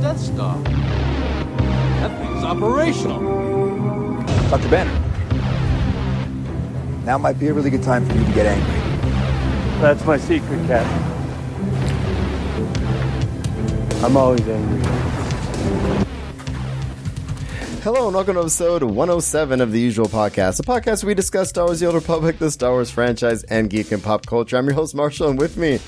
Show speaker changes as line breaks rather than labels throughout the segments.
that stuff. That thing's operational.
Dr. Banner, now might be a really good time for you to get angry.
That's my secret, Cap. I'm always angry.
Hello and welcome to episode 107 of the Usual Podcast, a podcast where we discuss Star Wars: The Old Republic, the Star Wars franchise, and geek and pop culture. I'm your host Marshall, and with me,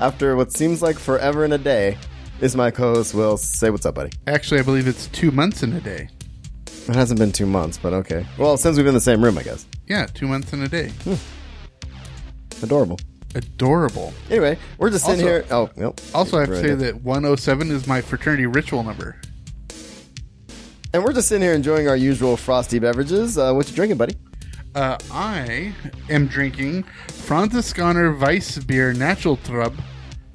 after what seems like forever and a day, is my co-host Will. Say what's up, buddy.
Actually, I believe it's two months in a day.
It hasn't been two months, but okay. Well, since we've been in the same room, I guess.
Yeah, two months in a day.
Hmm. Adorable.
Adorable.
Anyway, we're just sitting
Also-
here. Oh, nope.
Also, I have to
Right
say
in.
that 107 is my fraternity ritual number.
and we're just sitting here enjoying our usual frosty beverages. Uh, what you drinking, buddy?
Uh, I am drinking Franziskaner Weissbier Naturaltrub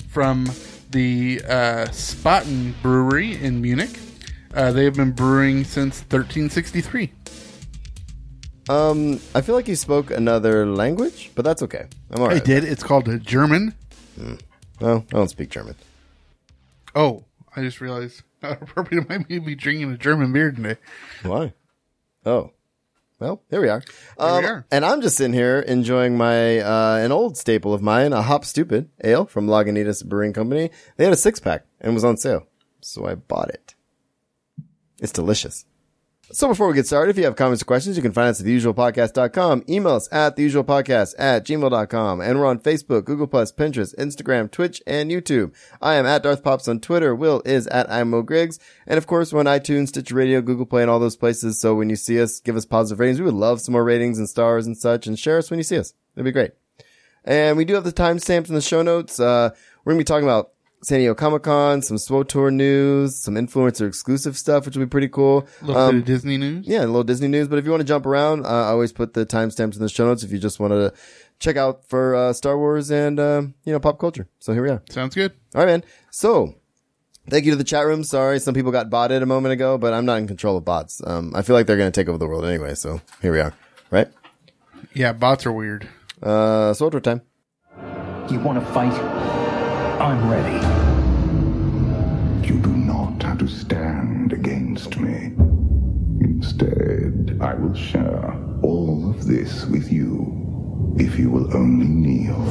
from the uh, Spaten Brewery in Munich. Uh, they have been brewing since 1363.
Um, I feel like you spoke another language, but that's okay. I'm all right.
I did. It's called a German.
Well, I don't speak German.
Oh, I just realized how appropriate I might be drinking a German beer today.
Why? Oh. Well, here we are. Um,
are.
And I'm just sitting here enjoying my uh, an old staple of mine, a Hop Stupid ale from Lagunitas Brewing Company. They had a six pack and was on sale, so I bought it. It's delicious. So before we get started, if you have comments or questions, you can find us at theusualpodcast.com, email us at theusualpodcast at gmail.com, and we're on Facebook, Google Plus, Pinterest, Instagram, Twitch, and YouTube. I am at Darth Pops on Twitter. Will is at I'm Mo Griggs. And of course, we're on iTunes, Stitcher Radio, Google Play, and all those places. So when you see us, give us positive ratings. We would love some more ratings and stars and such, and share us when you see us. That'd be great. And we do have the timestamps in the show notes. Uh, we're going to be talking about San Diego Comic Con, some SWOTOR news, some influencer exclusive stuff, which will be pretty cool.
A little
Um,
bit of Disney news.
yeah, a little Disney news. But if you want to jump around, uh, I always put the timestamps in the show notes if you just want to check out for uh, Star Wars and um, you know pop culture. So here we are.
Sounds good.
All right, man. So thank you to the chat room. Sorry, some people got botted a moment ago, but I'm not in control of bots. Um, I feel like they're going to take over the world anyway. So here we are. Right?
Yeah, bots are weird.
Uh, soldier time.
You want to fight? I'm ready.
You do not have to stand against me. Instead, I will share all of this with you if you will only kneel.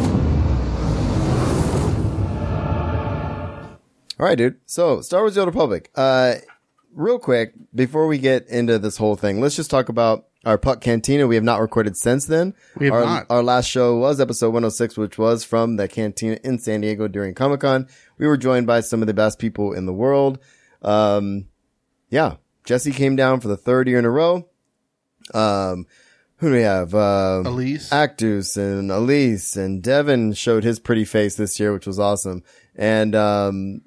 All right, dude. So Star Wars: The Old Republic. Uh, real quick before we get into this whole thing, let's just talk about our Puck Cantina. We have not recorded since then.
We have
our,
not.
Our last show was episode 106, which was from the cantina in San Diego during Comic Con. We were joined by some of the best people in the world. Um, yeah, Jesse came down for the third year in a row. Um, who do we have? Um,
Elise.
Actus and Elise and Devin showed his pretty face this year, which was awesome. And, um,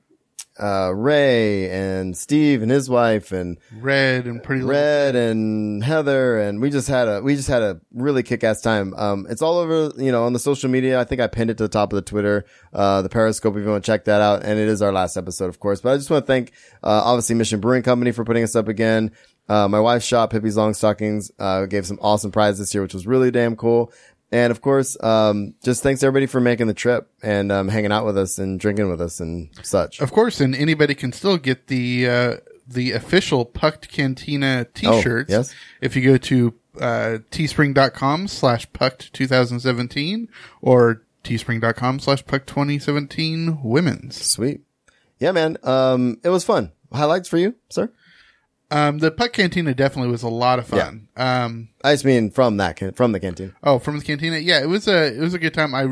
uh, Ray and Steve and his wife and
Red and pretty Little
Red and Heather and we just had a we just had a really kick ass time. Um, it's all over you know on the social media. I think I pinned it to the top of the Twitter, uh, the Periscope if you want to check that out. And it is our last episode, of course. But I just want to thank uh, obviously Mission Brewing Company for putting us up again. Uh, my wife's shop, Hippies Long Stockings, uh, gave some awesome prizes this year, which was really damn cool. And of course, um, just thanks everybody for making the trip and um, hanging out with us and drinking with us and such.
Of course, and anybody can still get the uh, the official Pucked Cantina T-shirts.
Oh, yes.
If you go to uh, teespring.com slash pucked 2017 or teespring.com slash pucked 2017 women's.
Sweet, yeah, man. Um, it was fun. Highlights for you, sir.
Um, the Puck Cantina definitely was a lot of fun. Um,
I just mean from that can- from the canteen.
oh, from the cantina. Yeah, it was a, it was a good time. I,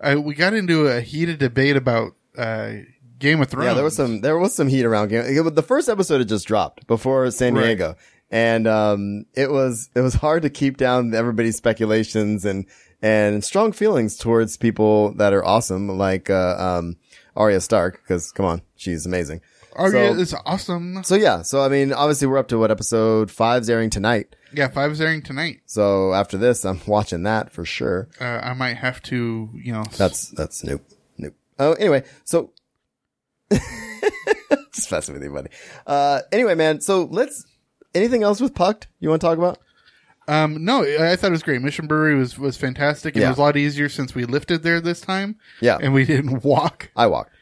I, we got into a heated debate about, uh, Game of Thrones.
Yeah, there was some there was some heat around game. it was- The first episode had just dropped before San
Right.
Diego, and um, it was it was hard to keep down everybody's speculations and and strong feelings towards people that are awesome like uh, um, Arya Stark because come on, she's amazing.
Oh,
so,
yeah, it's awesome.
so yeah, so I mean, obviously we're up to what episode five's airing tonight.
Yeah, five's airing tonight.
So after this, I'm watching that for sure.
Uh, I might have to, you know, s-
That's that's nope, nope. Oh, anyway, so just messing with you, buddy. Uh, anyway, man, so let's. Anything else with Pucked you want to talk about?
Um, no, I I thought it was great. Mission Brewery was was fantastic. and
Yeah.
It was a lot easier since we lifted there this time.
Yeah.
and we didn't walk.
I walked.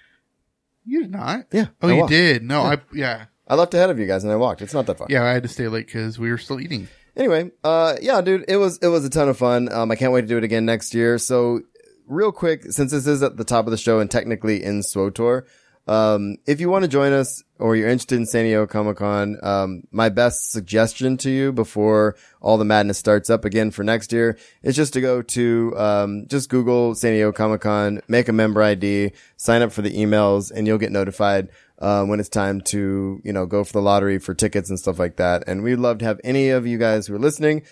You did not.
Yeah,
Oh,
I
you
walked.
did. No, I yeah
I left ahead of you guys and I walked. It's not that far.
yeah I had to stay late because we were still eating.
anyway, uh, yeah, dude, it was it was a ton of fun. Um, I can't wait to do it again next year. So, real quick, since this is at the top of the show and technically in SWOTOR, um, if you want to join us or you're interested in San Diego Comic Con, um, my best suggestion to you before all the madness starts up again for next year is just to go to um, just Google San Diego Comic Con, make a member ID, sign up for the emails, and you'll get notified uh, when it's time to, you know, go for the lottery for tickets and stuff like that. And we'd love to have any of you guys who are listening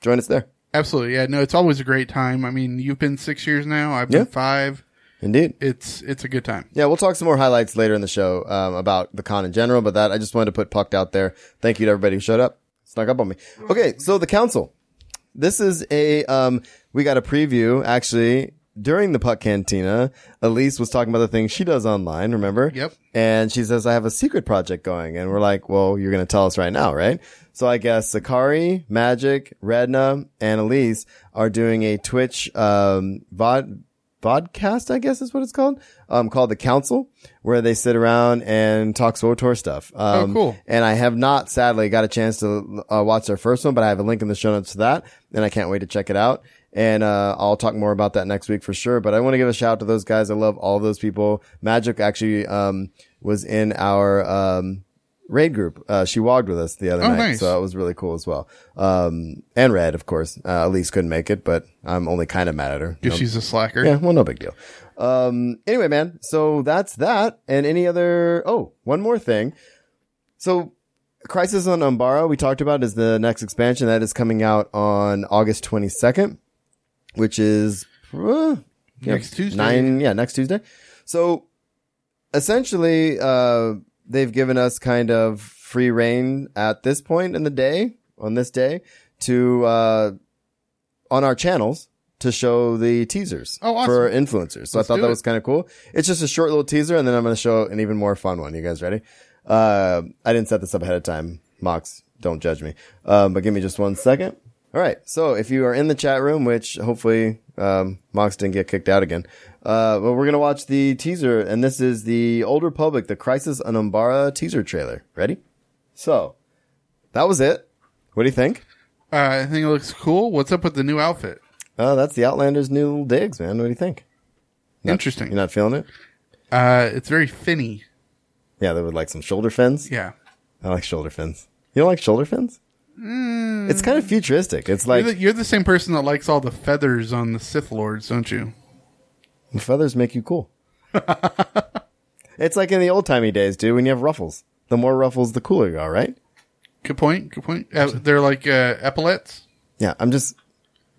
join us there.
Absolutely. Yeah. No, it's always a great time. I mean, you've been six years now. I've been
Yeah.
five.
Indeed.
It's it's a good time.
Yeah, we'll talk some more highlights later in the show um, about the con in general, but that I just wanted to put pucked out there. Thank you to everybody who showed up, snuck up on me. Okay, so the council. This is a um, we got a preview actually during the puck cantina. Elise was talking about the things she does online. Remember?
Yep.
And she says I have a secret project going, and we're like, well, you're going to tell us right now, right? So I guess Sakari, Magic, Redna, and Elise are doing a Twitch um, vod podcast, I guess is what it's called, um, called The Council, where they sit around and talk SWTOR stuff. Um,
Oh, cool.
And I have not, sadly, got a chance to uh, watch their first one, but I have a link in the show notes to that, and I can't wait to check it out. And uh, I'll talk more about that next week for sure. But I want to give a shout out to those guys. I love all those people. Magic actually um, was in our um, raid group. Uh, she wogged with us the other
Oh,
night,
nice.
so that was really cool as well. Um, and Red, of course. Uh, Elise couldn't make it, but I'm only kind of mad at her.
If
No-
she's a slacker.
yeah, well, no big deal. Um, anyway, man, so that's that. And any other, oh, one more thing. So Crisis on Umbara, we talked about is the next expansion that is coming out on August 22nd, which is uh, yeah,
Next Tuesday.
Nine, yeah, next Tuesday. So essentially, uh, they've given us kind of free reign at this point in the day, on this day, to, uh, on our channels to show the teasers
Oh, awesome.
for influencers. So
Let's
I thought
do
that
it.
was kind of cool. It's just a short little teaser, and then I'm going to show an even more fun one. You guys ready? Uh, I didn't set this up ahead of time. Mox, don't judge me. Um, but give me just one second. All right. So if you are in the chat room, which hopefully um, Mox didn't get kicked out again, uh, well, we're going to watch the teaser, and this is the Old Republic, the Crisis on Umbara teaser trailer. Ready? So that was it. What do you think?
Uh, I think it looks cool. What's up with the new outfit?
Uh, that's the Outlander's new digs, man. What do you think? Not-
Interesting.
You're not feeling it?
Uh, it's very finny.
Yeah, they would like some shoulder fins.
Yeah.
I like shoulder fins. You don't like shoulder fins?
Hmm.
It's kind of futuristic. It's like
you're, the, you're the same person that likes all the feathers on the Sith Lords, don't you?
feathers make you cool. it's like in the old timey days, dude, when you have ruffles. The more ruffles, the cooler you are, right?
Good point. Good point. Uh, they're like uh, epaulets.
Yeah, I'm just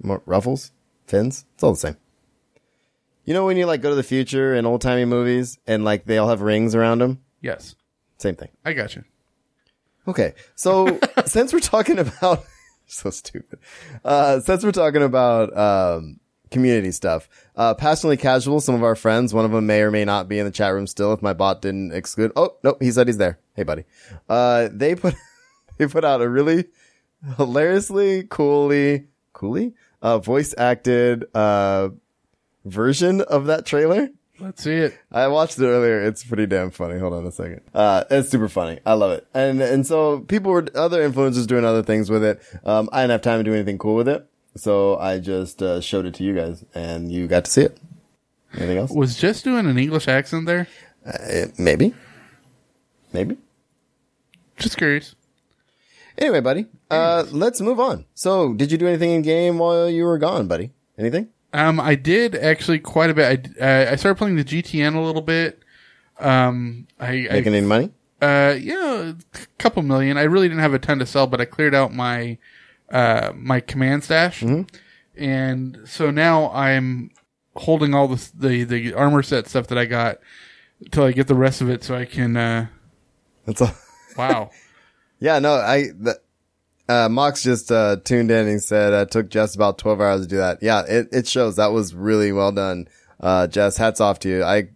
more ruffles, fins. It's all the same. You know when you like go to the future and old timey movies and like they all have rings around them?
Yes.
Same thing.
I got you.
Okay, so since we're talking about so stupid, uh, since we're talking about um, community stuff, uh, passionately casual. Some of our friends, one of them may or may not be in the chat room still. If my bot didn't exclude, oh nope, he said he's there. Hey buddy, uh, they put they put out a really hilariously coolly coolly uh, voice acted uh, version of that trailer.
Let's see it.
I watched it earlier. It's pretty damn funny. Hold on a second. Uh, it's super funny. I love it. And, and so people were, other influencers doing other things with it. Um, I didn't have time to do anything cool with it. So I just, uh, showed it to you guys and you got to see it. Anything else?
Was just doing an English accent there.
Uh, maybe. Maybe.
Just curious.
Anyway, buddy, uh, let's move on. So did you do anything in game while you were gone, buddy? Anything?
Um, I did actually quite a bit. I, uh, I started playing the GTN a little bit. Um, I, I
Making any money?
uh, yeah, a c- couple million. I really didn't have a ton to sell, but I cleared out my uh my command stash, and so now I'm holding all this, the the armor set stuff that I got till I get the rest of it, so I can. uh
That's all.
Wow.
Yeah, no, I, the, uh, Mox just, uh, tuned in and he said, uh, took Jess about 12 hours to do that. Yeah, it, it shows that was really well done. Uh, Jess, hats off to you. I,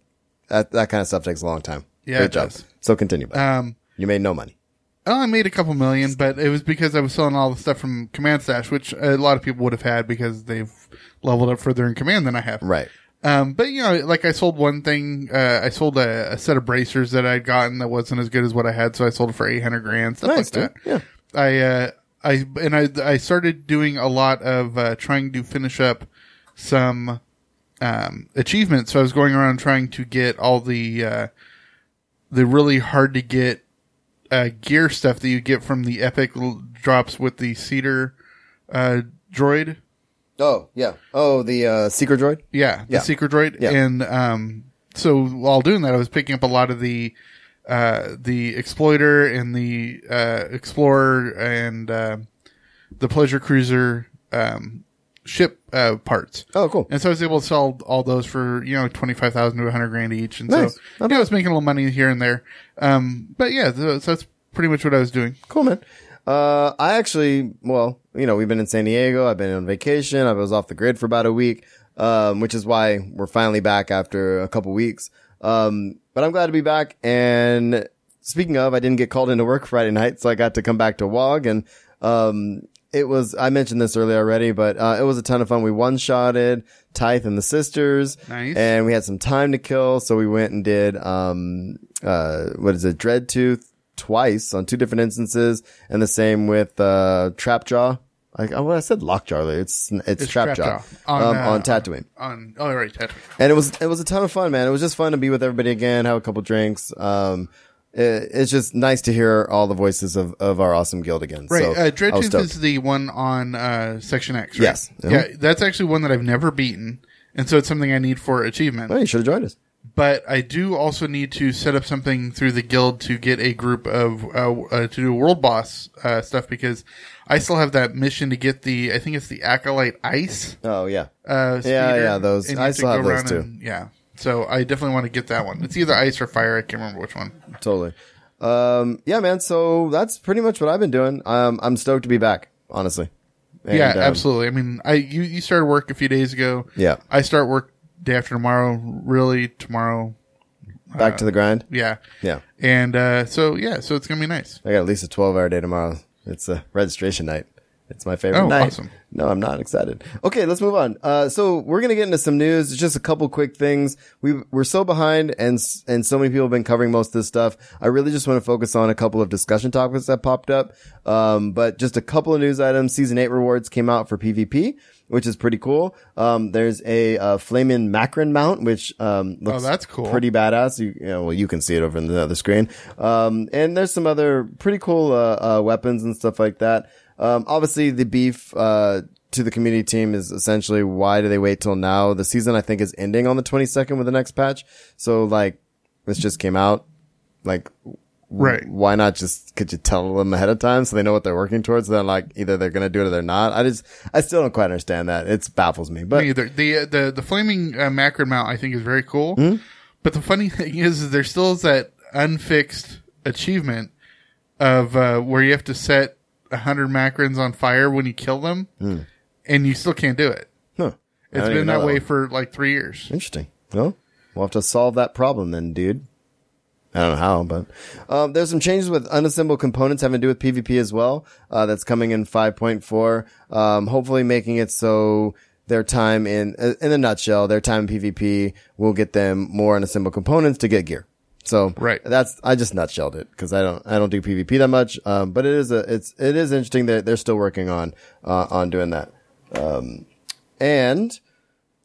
that, that kind of stuff takes a long time.
Yeah,
Great
it
job.
does.
So continue. bud.
um,
you made no money.
I only made a couple million, but it was because I was selling all the stuff from command stash, which a lot of people would have had because they've leveled up further in command than I have.
Right.
Um, but you know, like I sold one thing, uh, I sold a, a set of bracers that I'd gotten that wasn't as good as what I had, so I sold it for eight hundred grand, stuff
Nice,
like
dude.
that.
Yeah.
I uh, I and I I started doing a lot of uh, trying to finish up some um, achievements. So I was going around trying to get all the uh, the really hard to get uh, gear stuff that you get from the epic l- drops with the cedar uh, droid.
Oh, yeah. Oh, the uh, secret droid?
Yeah, the
Yeah.
secret droid.
Yeah.
And um, so while doing that, I was picking up a lot of the uh, the exploiter and the uh, explorer and uh, the pleasure cruiser um, ship uh, parts.
Oh, cool.
And so I was able to sell all those for you know twenty five thousand to hundred grand each. And
Nice.
so you know, I was making a little money here and there. Um, but yeah, so, so that's pretty much what I was doing.
Cool, man. Uh, I actually, well, you know, we've been in San Diego. I've been on vacation. I was off the grid for about a week, um, which is why we're finally back after a couple weeks. Um, but I'm glad to be back. And speaking of, I didn't get called into work Friday night, so I got to come back to WOG and, um, it was, I mentioned this earlier already, but, uh, it was a ton of fun. We one-shotted Tithe and the Sisters.
Nice.
And we had some time to kill, so we went and did um uh what is it, Dread Tooth twice on two different instances, and the same with uh Trapjaw. Like I, well, I said Lockjaw earlier. It's it's,
It's
Trapjaw
Trapjaw
on, um,
on, uh,
on Tatooine.
On oh right, Ted.
And it was it was a ton of fun, man. It was just fun to be with everybody again, have a couple drinks. Um, it, it's just nice to hear all the voices of, of our awesome guild again.
Right,
so
uh,
I was
Dreadtooth
stoked.
is the one on uh, Section X. Right?
Yes. Uh-huh.
Yeah, that's actually one that I've never beaten, and so it's something I need for achievement.
Well, you should have joined us.
But I do also need to set up something through the guild to get a group of uh, uh, to do world boss uh, stuff because I still have that mission to get the I think it's the acolyte ice.
Oh yeah,
Uh,
yeah,
speeder,
yeah. Those
and you
I
have to
still
go
have those
around
too.
and- yeah. So I definitely want to get that one. It's either ice or fire. I can't remember which one.
totally. Um, yeah, man. So that's pretty much what I've been doing. Um, I'm stoked to be back, honestly. And,
yeah,
um,
absolutely. I mean, I you, you started work a few days ago.
Yeah.
I start work day after tomorrow. Really, tomorrow.
Back to the grind.
Yeah.
Yeah.
And uh, so yeah, so it's gonna be nice.
I got at least a 12 hour day tomorrow. It's a registration night. It's my favorite
Oh,
night.
awesome.
No, I'm not excited. Okay, let's move on. Uh, so we're going to get into some news. It's just a couple quick things. We, we're so behind and, s- and so many people have been covering most of this stuff. I really just want to focus on a couple of discussion topics that popped up. Um, but just a couple of news items. Season eight rewards came out for PvP, which is pretty cool. Um, there's a, uh, Flamin' Macron mount, which, um, looks
Oh, that's cool.
pretty pretty badass. You, you know, well, you can see it over in the other screen. Um, and there's some other pretty cool uh, uh, weapons and stuff like that. Um, obviously, the beef uh, to the community team is essentially why do they wait till now? The season I think is ending on the 22nd with the next patch. So like, this just came out. Like,
Right.
why not just could you tell them ahead of time so they know what they're working towards? Then like either they're gonna do it or they're not. I just I still don't quite understand that. It baffles me. But
Either the the the flaming uh, Macron mount I think is very cool.
Hmm?
But the funny thing is, is there still is that unfixed achievement of uh, where you have to set hundred Macrons on fire when you kill them, and you still can't do it.
huh, Hmm. I
It's
don't even
been
know
that way
one.
for like three years.
Interesting. Well, we'll have to solve that problem then, dude. I don't know how, but um, there's some changes with unassembled components having to do with PvP as well. Uh, that's coming in 5.4. Um, hopefully, making it so their time in uh, in a nutshell, their time in PvP will get them more unassembled components to get gear. So
Right.
that's I just nutshelled it because I don't I don't do PvP that much. Um, but it is a it's it is interesting that they're still working on uh, on doing that. Um, and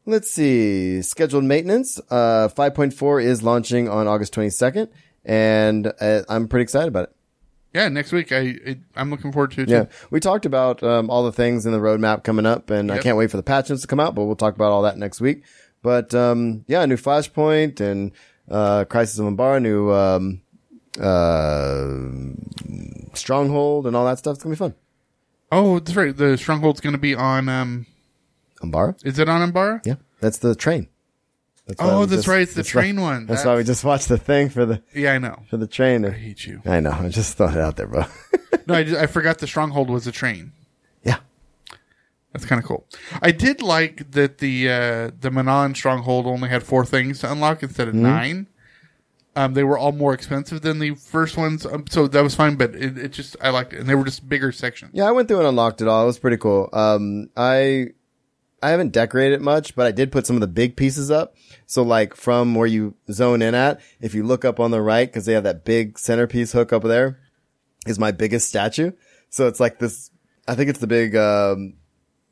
Let's see. Scheduled maintenance. Uh, 5.4 is launching on August 22nd, and uh, I'm pretty excited about it.
Yeah, next week I it, I'm looking forward to it.
Yeah,
too.
we talked about um, all the things in the roadmap coming up, and I
Hmm. Yep.
can't wait for the patch notes to come out. But we'll talk about all that next week. But um, yeah, new Flashpoint and uh, Crisis of Bar, new um, uh, Stronghold, and all that stuff. It's gonna be fun.
Oh, that's right. The stronghold's going to be on. Um,
Umbara.
is it on Ambara?
Yeah, that's the train. That's why
Oh,
we
that's right, it's the
why-
train one.
That's why we
That's-
just watched the thing for the
Yeah, I know.
for the train.
I hate you.
I know. I just thought it out there, bro.
No, I, just, I forgot the stronghold was a train.
yeah.
That's kind of cool. I did like that the uh, the Manon stronghold only had four things to unlock instead of nine. Um, they were all more expensive than the first ones, um, so that was fine. But it, it just I liked it, and they were just bigger sections.
Yeah, I went through and unlocked it all. It was pretty cool. Um, I I haven't decorated it much, but I did put some of the big pieces up. So like from where you zone in at, if you look up on the right, because they have that big centerpiece hook up there, is my biggest statue. So it's like this. I think it's the big um,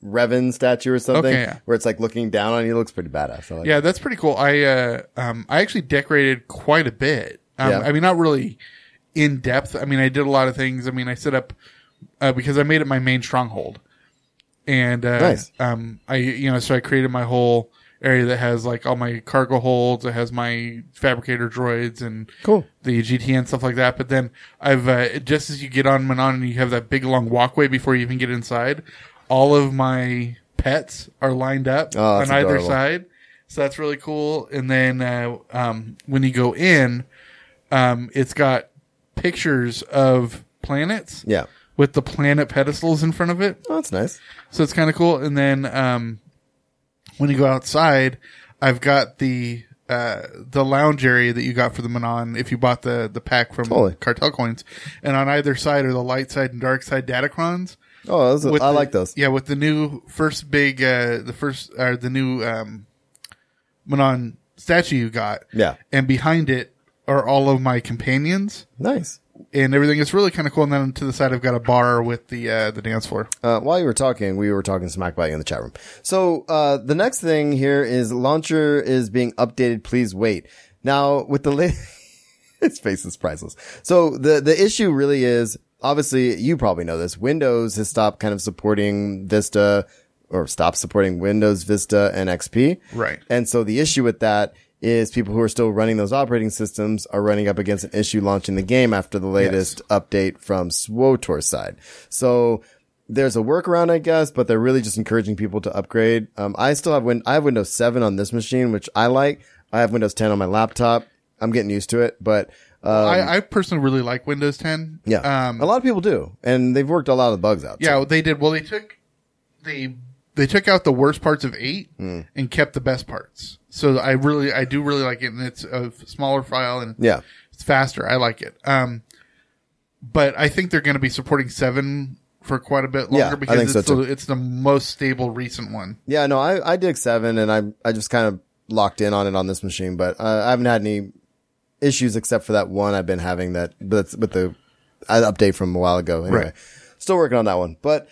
Revan statue or something,
Okay, yeah.
where it's like looking down on you. It looks pretty badass. I like
Yeah, that's pretty cool. I uh, um, I actually decorated quite a bit. Um,
Yeah.
I mean, not really in depth. I mean, I did a lot of things. I mean, I set up uh, because I made it my main stronghold, and uh,
Nice.
um, I you know, so I created my whole area that has like all my cargo holds. It has my fabricator droids and
Cool.
the GT and stuff like that. But then I've uh, just as you get on Manon and you have that big long walkway before you even get inside, all of my pets are lined up
Oh,
on
that's
either
adorable.
side. So that's really cool. And then uh, um, when you go in, um, it's got pictures of planets.
Yeah.
With the planet pedestals in front of it.
Oh, that's nice.
So it's kind of cool. And then um, when you go outside, I've got the uh, the lounge area that you got for the Manon if you bought the the pack from
Totally.
Cartel Coins. And on either side are the light side and dark side datacrons.
Oh, those,
With
I
the-
like those.
Yeah, with the new first big, uh, the first or the new um, Manon statue you got.
Yeah.
and behind it are all of my companions
Nice.
and everything. It's really kind of cool. And then to the side, I've got a bar with the uh, the dance floor.
Uh, while you were talking, we were talking smack about you in the chat room. So, uh, the next thing here is launcher is being updated. Please wait. Now, with the late, his face is priceless. So the, the issue really is, obviously, you probably know this. Windows has stopped kind of supporting Vista or stopped supporting Windows, Vista, and XP.
Right.
And so the issue with that is people who are still running those operating systems are running up against an issue launching the game after the latest update from SWOTOR side. So there's a workaround, I guess, but they're really just encouraging people to upgrade. Um, I still have win- I have Windows 7 on this machine, which I like. I have Windows 10 on my laptop. I'm getting used to it, but, uh,
I, I personally really like Windows 10.
yeah,
Um,
a lot of people do, and they've worked a lot of the bugs out. so-
yeah, they did. Well, they took they they took out the worst parts of eight
Hmm.
and kept the best parts. So I really I do really like it, and it's a smaller file and
yeah,
it's faster. I like it. Um, but I think they're going to be supporting seven for quite a bit
Yeah,
longer
I
because
think
it's
so too.
the, it's the most stable recent one.
yeah. No, I I dig seven, and I I just kind of locked in on it on this machine, but uh, I haven't had any issues except for that one I've been having that that's with the uh, update from a while ago. Anyway,
Right.
still working on that one, but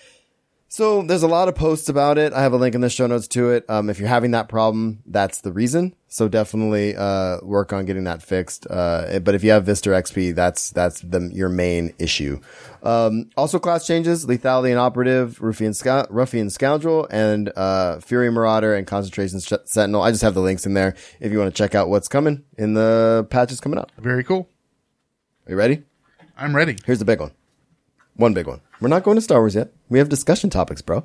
so there's a lot of posts about it. I have a link in the show notes to it. Um, if you're having that problem, that's the reason. So definitely uh, work on getting that fixed. Uh, but if you have Vista XP, that's that's the, your main issue. Um, also, class changes: Lethality and Operative, Ruffian, Scou- Ruffian Scoundrel, and uh, Fury Marauder and Concentration Sh- Sentinel. I just have the links in there if you want to check out what's coming in the patches coming up.
Very cool.
Are you ready?
I'm ready.
Here's the big one. One big one. We're not going to Star Wars yet. We have discussion topics, bro.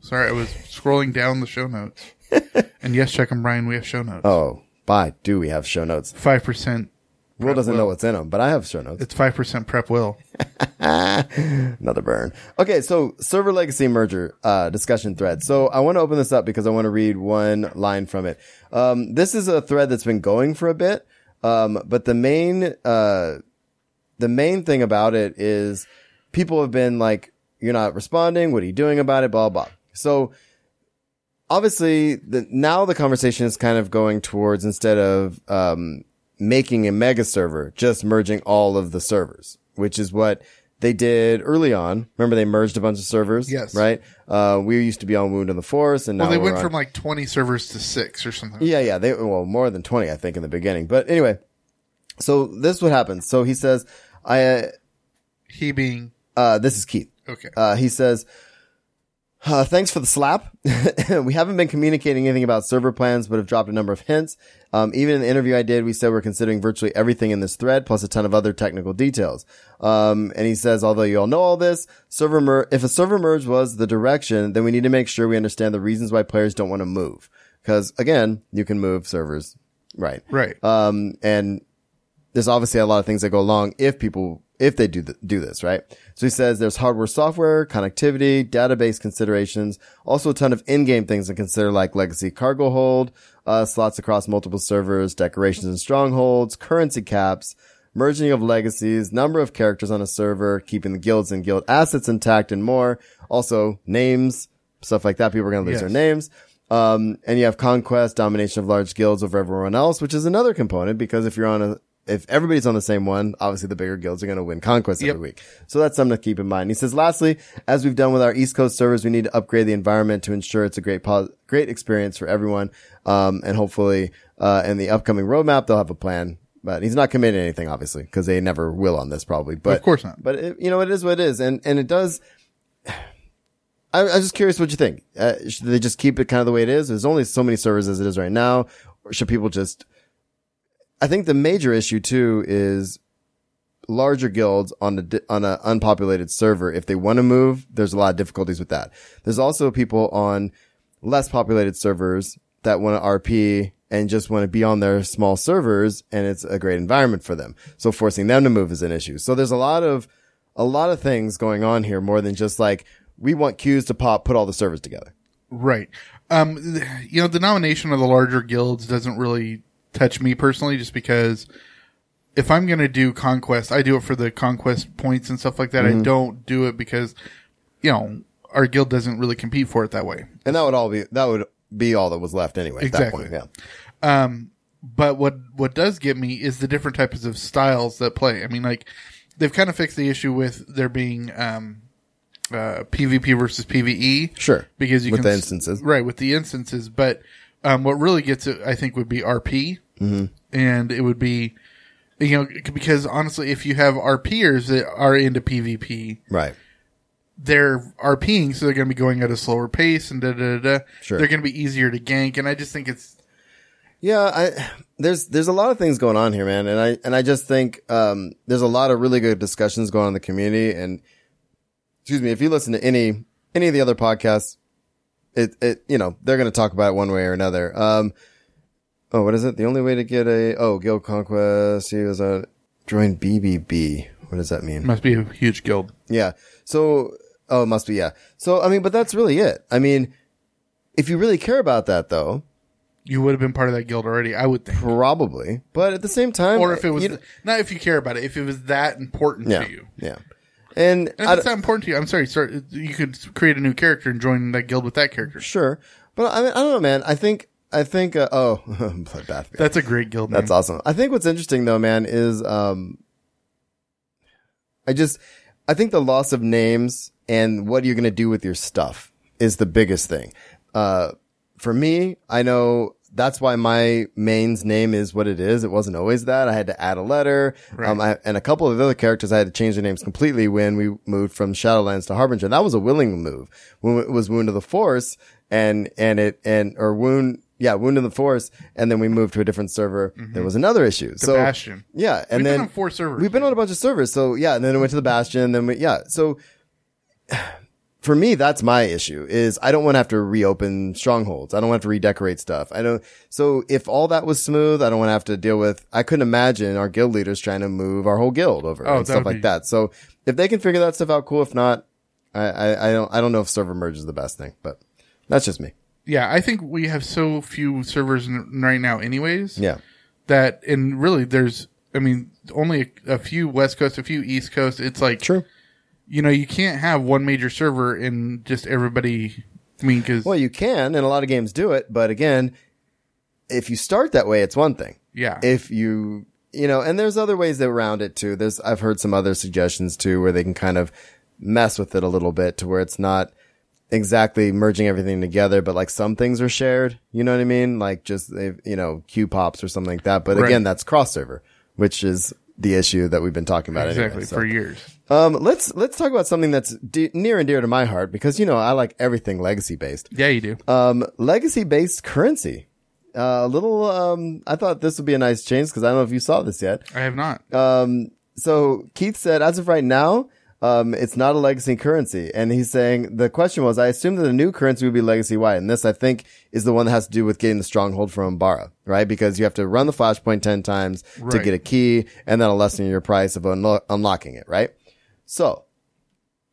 Sorry, I was scrolling down the show notes. and yes, check them, Brian. We have show notes.
Oh, bye. Do we have show notes?
Five percent.
Will doesn't know what's in them, but I have show notes.
It's five percent prep will.
Another burn. Okay, so server legacy merger uh, discussion thread. So I want to open this up because I want to read one line from it. Um, this is a thread that's been going for a bit, um, but the main uh, the main thing about it is people have been like, "You're not responding. What are you doing about it?" Blah blah. blah. So obviously the, now the conversation is kind of going towards instead of um, making a mega server just merging all of the servers which is what they did early on remember they merged a bunch of servers
Yes.
right uh, we used to be on wound in the force and now
Well, they
we're
went
on-
from like twenty servers to six or something.
yeah, yeah. They well more than twenty, I think, in the beginning. But anyway, so this is what happens. So he says, "I." Uh,
He being
uh, this is Keith.
okay.
Uh, he says, uh, thanks for the slap. we haven't been communicating anything about server plans, but have dropped a number of hints. Um, even in the interview I did, we said we're considering virtually everything in this thread, plus a ton of other technical details. Um, and he says, although you all know all this, server mer- if a server merge was the direction, then we need to make sure we understand the reasons why players don't want to move. Cause again, you can move servers. Right.
Right.
Um, and there's obviously a lot of things that go along if people if they do th- do this right so he says there's hardware software connectivity database considerations also a ton of in-game things to consider like legacy cargo hold uh, slots across multiple servers decorations and strongholds currency caps merging of legacies number of characters on a server keeping the guilds and guild assets intact and more also names stuff like that. People are going to lose
Yes.
their names. Um, and you have conquest, domination of large guilds over everyone else, which is another component because if you're on a, if everybody's on the same one, obviously the bigger guilds are going to win conquest
Yep.
every week. So that's something to keep in mind. He says, lastly, as we've done with our East Coast servers, we need to upgrade the environment to ensure it's a great, pos- great experience for everyone. Um, and hopefully, uh, in the upcoming roadmap, they'll have a plan. But he's not committing to anything, obviously, because they never will on this, probably. But
Of course not.
But it, you know, it is what it is, and and it does. I, I'm just curious what you think. Uh, should they just keep it kind of the way it is? There's only so many servers as it is right now. Or should people just? I think the major issue too is larger guilds on a di- on an unpopulated server. If they want to move, there's a lot of difficulties with that. There's also people on less populated servers that want to RP and just want to be on their small servers, and it's a great environment for them. So forcing them to move is an issue. So there's a lot of a lot of things going on here more than just like we want queues to pop, put all the servers together.
Right. Um, th- you know, the nomination of the larger guilds doesn't really touch me personally, just because if I'm going to do conquest, I do it for the conquest points and stuff like that. I don't do it because, you know, our guild doesn't really compete for it that way.
And that would all be that would be all that was left anyway
Exactly.
at that point. Yeah.
Um, But what what does get me is the different types of styles that play. I mean, like they've kind of fixed the issue with there being um, uh, PvP versus PvE.
Sure.
because you
With
can
the
s-
instances.
right? With the instances, but um, what really gets it, I think, would be RP, mm-hmm. and it would be you know c- because honestly, if you have RPers that are into PvP,
Right.
they're RPing, so they're going to be going at a slower pace and da da da. da.
Sure.
They're going to be easier to gank, and I just think it's
Yeah, I there's there's a lot of things going on here, man, and I and I just think um, there's a lot of really good discussions going on in the community. And excuse me, if you listen to any any of the other podcasts, it it you know they're going to talk about it one way or another. Um, oh, what is it? The only way to get a oh guild conquest, he was a join BBB. What does that mean?
must be a huge guild.
Yeah. So, oh, it must be. Yeah. So, I mean, but that's really it. I mean, if you really care about that though,
You would have been part of that guild already, I would think.
probably, but at the same time,
Or if it was
you know-
not if you care about it, if it was that important
yeah,
to you.
yeah. And,
And
I
if
don't-
it's that important to you, I'm sorry, sir, you could create a new character and join that guild with that character.
sure, but I mean, I don't know, man. I think, I think, uh, oh, bloodbath. Yeah.
That's a great guild.
That's
name.
awesome. I think what's interesting though, man, is um, I just I think the loss of names and what you're gonna do with your stuff is the biggest thing. Uh, for me, I know that's why my main's name is what it is. It wasn't always that. I had to add a letter, um, I, and a couple of the other characters I had to change their names completely when we moved from Shadowlands to Harbinger. That was a willing move. When it was Wound of the Force, and and it and or Wound. Yeah, Wound of the Force, and then we moved to a different server. There was another issue. so
Bastion.
yeah, and
We've been
then
on four servers.
We've been on a bunch of servers. So yeah, and then it went to the Bastion. Then we yeah. So for me, that's my issue is I don't want to have to reopen strongholds. I don't want to have to redecorate stuff. I don't. So if all that was smooth, I don't want to have to deal with. I couldn't imagine our guild leaders trying to move our whole guild over
Oh,
and
that
stuff
would
like
be-
that. So if they can figure that stuff out, cool. If not, I, I I don't I don't know if server merge is the best thing, but that's just me.
Yeah, I think we have so few servers n- right now, anyways.
Yeah.
That and really, there's, I mean, only a, a few West Coast, a few East Coast. It's like
True.
You know, you can't have one major server and just everybody. I mean, because
Well, you can, and a lot of games do it. But again, if you start that way, it's one thing.
Yeah.
If you, you know, and there's other ways around it too. There's, I've heard some other suggestions too, where they can kind of mess with it a little bit to where it's not exactly merging everything together, but like some things are shared. You know what I mean? Like just, if- you know, queue pops or something like that. But
Right.
again, that's cross server, which is the issue that we've been talking about.
exactly
anyway, so.
for years.
Um, let's, let's talk about something that's de- near and dear to my heart because, you know, I like everything legacy based
Yeah, you do.
um, legacy based currency. Uh, a little, um, I thought this would be a nice change because I don't know if you saw this yet.
I have not.
So Keith said, as of right now, um, it's not a legacy currency. And he's saying the question was, I assume that the new currency would be legacy wide. And this, I think, is the one that has to do with getting the stronghold from Umbara, right? Because you have to run the flashpoint 10 times to
Right.
get a key and that'll lessen your price of unlo- unlocking it, right? So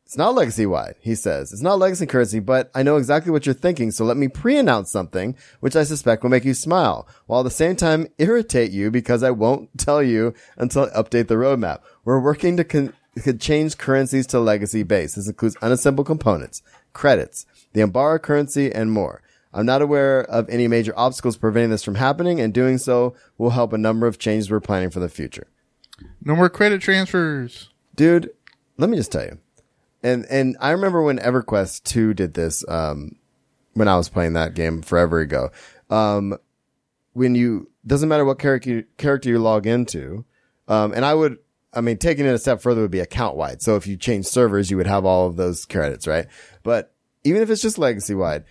it's not legacy wide, he says. It's not legacy currency, but I know exactly what you're thinking, so let me pre announce something which I suspect will make you smile, while at the same time irritate you because I won't tell you until I update the roadmap. We're working to con- to change currencies to legacy base. This includes unassembled components. credits, the Ambara currency, and more. I'm not aware of any major obstacles preventing this from happening, and doing so will help a number of changes we're planning for the future.
No more credit transfers.
Dude, let me just tell you. And and I remember when EverQuest 2 did this, um, when I was playing that game forever ago. Um, when you doesn't matter what character character you log into, um, and I would, I mean, taking it a step further would be account wide. So if you change servers, you would have all of those credits, right? But even if it's just legacy wide,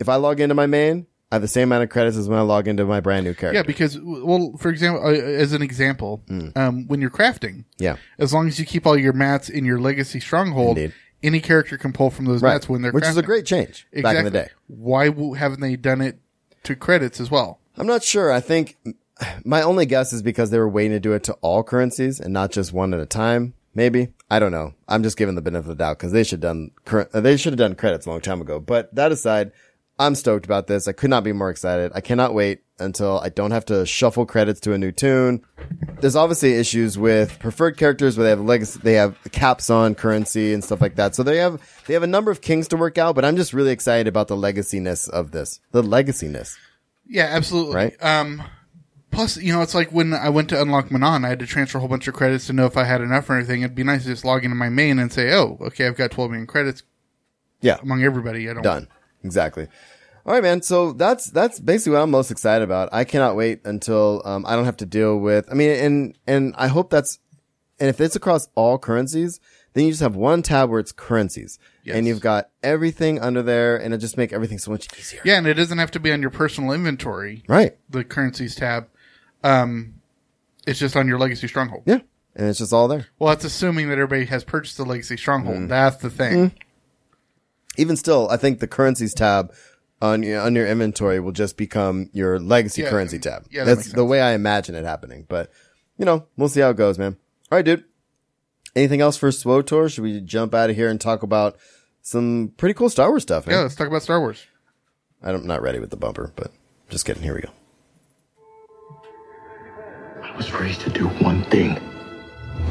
if I log into my main, I have the same amount of credits as when I log into my brand new character.
Yeah, because well, for example, uh, as an example, um, when you're crafting,
Hmm. Yeah.
as long as you keep all your mats in your legacy stronghold,
Indeed.
any character can pull from those
Right.
mats when they're
Which is a
crafting.
great change back in the day.
Why w- haven't they done it to credits as well?
I'm not sure. I think my only guess is because they were waiting to do it to all currencies and not just one at a time. Maybe I don't know. I'm just giving the benefit of the doubt because they should done cur- uh, they should have done credits a long time ago. But that aside, I'm stoked about this. I could not be more excited. I cannot wait until I don't have to shuffle credits to a new tune. There's obviously issues with preferred characters where they have legacy, they have caps on currency and stuff like that. So they have they have a number of kings to work out. But I'm just really excited about the legaciness of this. The legaciness.
Yeah, absolutely.
Right.
Um, plus, you know, it's like when I went to unlock Manon, I had to transfer a whole bunch of credits to know if I had enough or anything. It'd be nice to just log into my main and say, "Oh, okay, I've got 12 million credits
Yeah.
among everybody." I don't.
done. Exactly. All right, man. So that's that's basically what I'm most excited about. I cannot wait until um, I don't have to deal with. I mean, and and I hope that's and if it's across all currencies, then you just have one tab where it's currencies,
Yes.
and you've got everything under there, and it just make everything so much easier.
Yeah, and it doesn't have to be on your personal inventory.
Right.
The currencies tab. Um, it's just on your legacy stronghold.
Yeah. And it's just all there.
Well, that's assuming that everybody has purchased the legacy stronghold.
Mm.
That's the thing.
Even still, I think the currencies tab on your, on your inventory will just become your legacy
Yeah.
currency tab.
Yeah, that
that's
makes
the way I imagine it happening. But you know, we'll see how it goes, man. All right, dude. Anything else for SWOTOR? Should we jump out of here and talk about some pretty cool Star Wars stuff?
Yeah,
Man?
let's talk about Star Wars.
I'm not ready with the bumper, but just kidding. Here we go.
I was raised to do one thing.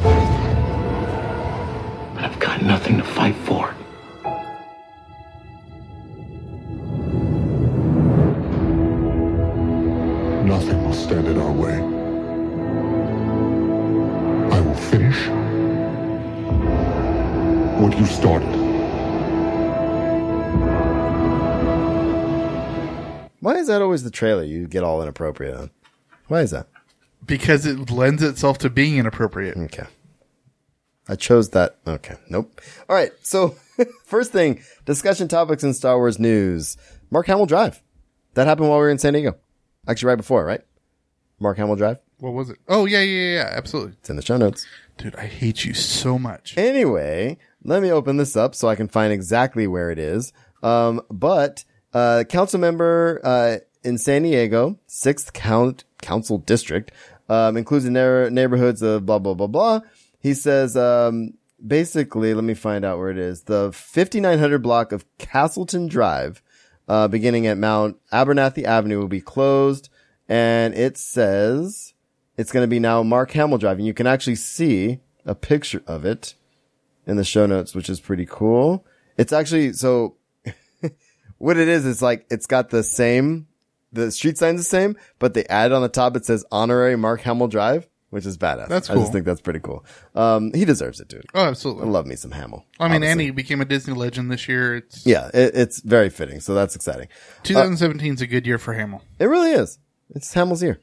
But I've got nothing to fight for. Nothing will stand in our way. I will finish what you started.
Why is that always the trailer you get all inappropriate on? Why is that?
Because it lends itself to being inappropriate.
Okay. I chose that. Okay. Nope. All right. So, first thing discussion topics in Star Wars news. Mark Hamill Drive. That happened while we were in San Diego. Actually, right before, right? Mark Hamill Drive.
What was it? Oh, yeah, yeah, yeah, yeah, absolutely.
It's in the show notes.
Dude, I hate you so much.
Anyway, let me open this up so I can find exactly where it is. Um, but uh, council member uh, in San Diego, sixth count council district, um, includes the narrow neighborhoods of blah blah blah blah. He says um, basically, let me find out where it is. The 5900 block of Castleton Drive, uh, beginning at Mount Abernathy Avenue, will be closed, and it says it's going to be now Mark Hamill Drive, and you can actually see a picture of it in the show notes, which is pretty cool. It's actually so. what it is, it's like it's got the same. The street sign's the same, but they added on the top. It says honorary Mark Hamill Drive, which is badass.
That's
I
cool.
just think that's pretty cool. Um, he deserves it, dude.
Oh,
I
absolutely.
love me some Hamill.
I mean,
obviously.
Annie became a Disney legend this year. It's
Yeah, Uh, it, it's very fitting. So that's exciting.
2017 is a good year for Hamill.
It really is. It's Hamill's year.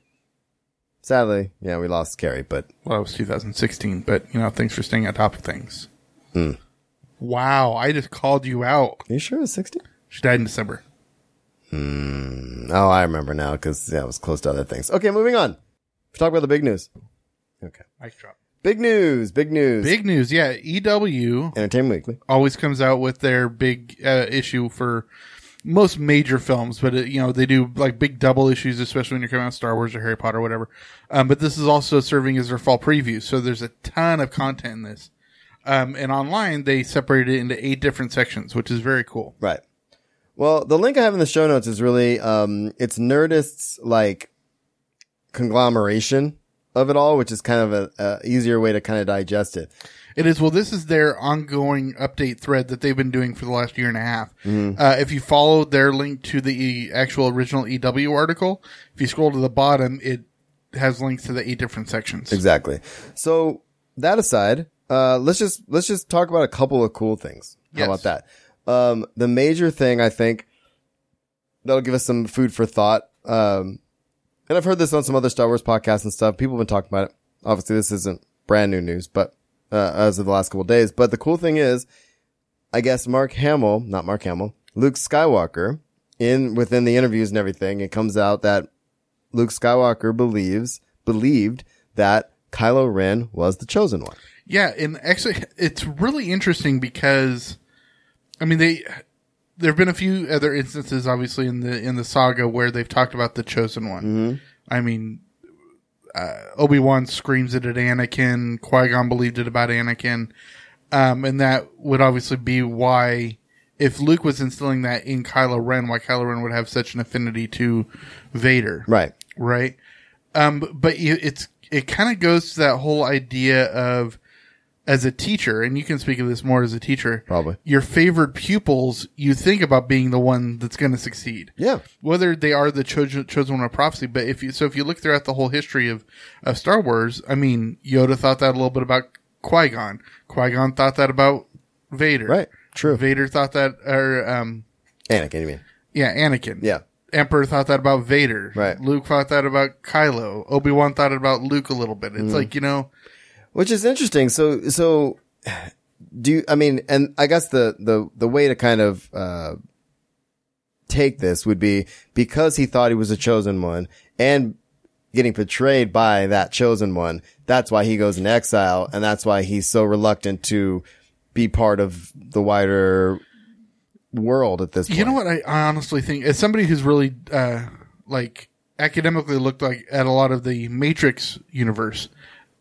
Sadly, yeah, we lost Carrie, but
Well, it was 2016, but you know, thanks for staying on top of things.
Mm.
Wow, I just called you out.
are you sure it was 60?
She died in December.
Oh, I remember now because yeah, I was close to other things. Okay, moving on. We talk about the big news. Okay,
Mic drop.
big news, big news.
Big news, yeah. EW
Entertainment Weekly.
always comes out with their big uh, issue for most major films, but uh, you know they do like big double issues, especially when you're coming out with Star Wars or Harry Potter or whatever. Um, but this is also serving as their fall preview, so there's a ton of content in this. Um, and online, they separated it into eight different sections, which is very cool.
Right. Well, the link I have in the show notes is really um, it's Nerdist's like conglomeration of it all, which is kind of a, a easier way to kind of digest it.
It is well. This is their ongoing update thread that they've been doing for the last year and a half. Uh, if you follow their link to the e- actual original EW article, if you scroll to the bottom, it has links to the eight different sections.
Exactly. So that aside, uh, let's just let's just talk about a couple of cool things. How
Yes.
about that? Um, the major thing I think that'll give us some food for thought. Um, and I've heard this on some other Star Wars podcasts and stuff. People have been talking about it. Obviously, this isn't brand new news, but uh, as of the last couple of days. But the cool thing is, I guess Mark Hamill, not Mark Hamill, Luke Skywalker, in within the interviews and everything, it comes out that Luke Skywalker believes believed that Kylo Ren was the chosen one.
Yeah, and actually, it's really interesting because, I mean, they there have been a few other instances, obviously in the in the saga where they've talked about the chosen one. I mean, uh, Obi Wan screams it at Anakin. Qui Gon believed it about Anakin, um, and that would obviously be why. If Luke was instilling that in Kylo Ren, why Kylo Ren would have such an affinity to Vader,
Right.
right? Um, b- but you, it's it kind of goes to that whole idea of as a teacher, and you can speak of this more as a teacher.
Probably.
your favored pupils, you think about being the one that's going to succeed.
Yeah.
whether they are the chosen chosen one of prophecy, but if you so if you look throughout the whole history of of Star Wars, I mean, Yoda thought that a little bit about Qui Gon. Qui Gon thought that about Vader.
Right. True.
Vader thought that, or um,
Anakin, you mean?
yeah, Anakin.
Yeah.
Emperor thought that about Vader.
Right.
Luke thought that about Kylo. Obi Wan thought about Luke a little bit.
Mm.
It's like you know,
Which is interesting. So, so do you, I mean, and I guess the, the, the way to kind of, uh, take this would be because he thought he was a chosen one and getting betrayed by that chosen one. That's why he goes into exile. And that's why he's so reluctant to be part of the wider world at this point.
you know what I, I honestly think as somebody who's really uh, like academically looked like at a lot of the Matrix universe,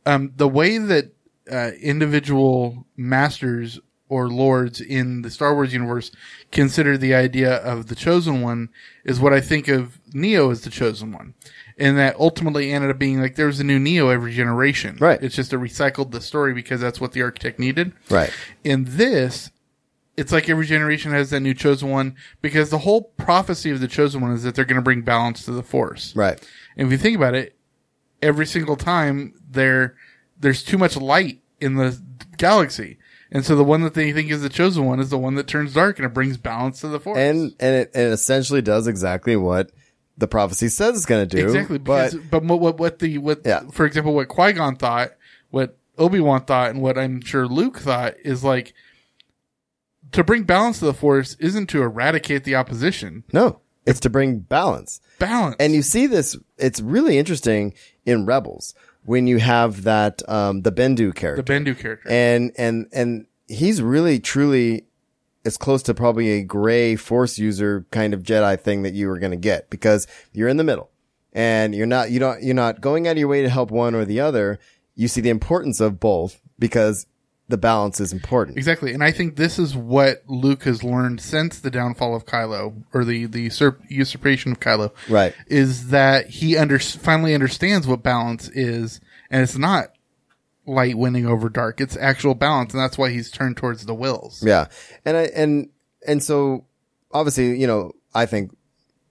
um, the way that uh, individual masters or lords in the Star Wars universe consider the idea of the chosen one is what I think of Neo as the chosen one. And that ultimately ended up being like there was a new Neo every generation.
Right.
It's just a recycled the story because that's what the architect needed.
Right.
In this, it's like every generation has that new chosen one because the whole prophecy of the chosen one is that they're going to bring balance to the force.
Right.
And if you think about it, every single time there there's too much light in the galaxy. And so the one that they think is the chosen one is the one that turns dark and it brings balance to the force.
and and it, and it essentially does exactly what the prophecy says it's going to do.
exactly,
but
because, but what what what the what
Yeah.
for example what Qui Gon thought, what Obi Wan thought, and what I'm sure Luke thought is like to bring balance to the force isn't to eradicate the opposition.
no, it's to bring balance.
Balance.
And you see this; it's really interesting in Rebels when you have that um, the Bendu
the
character,
Bendu character.
and and and he's really truly as close to probably a gray force user kind of Jedi thing that you were going to get because you're in the middle and you're not you don't you're not going out of your way to help one or the other. You see the importance of both because the balance is important.
Exactly, and I think this is what Luke has learned since the downfall of Kylo, or the the usurp- usurpation of Kylo.
Right.
is that he under finally understands what balance is, and it's not light winning over dark; it's actual balance, and that's why he's turned towards the wills.
Yeah. And I, and, and so obviously, you know, I think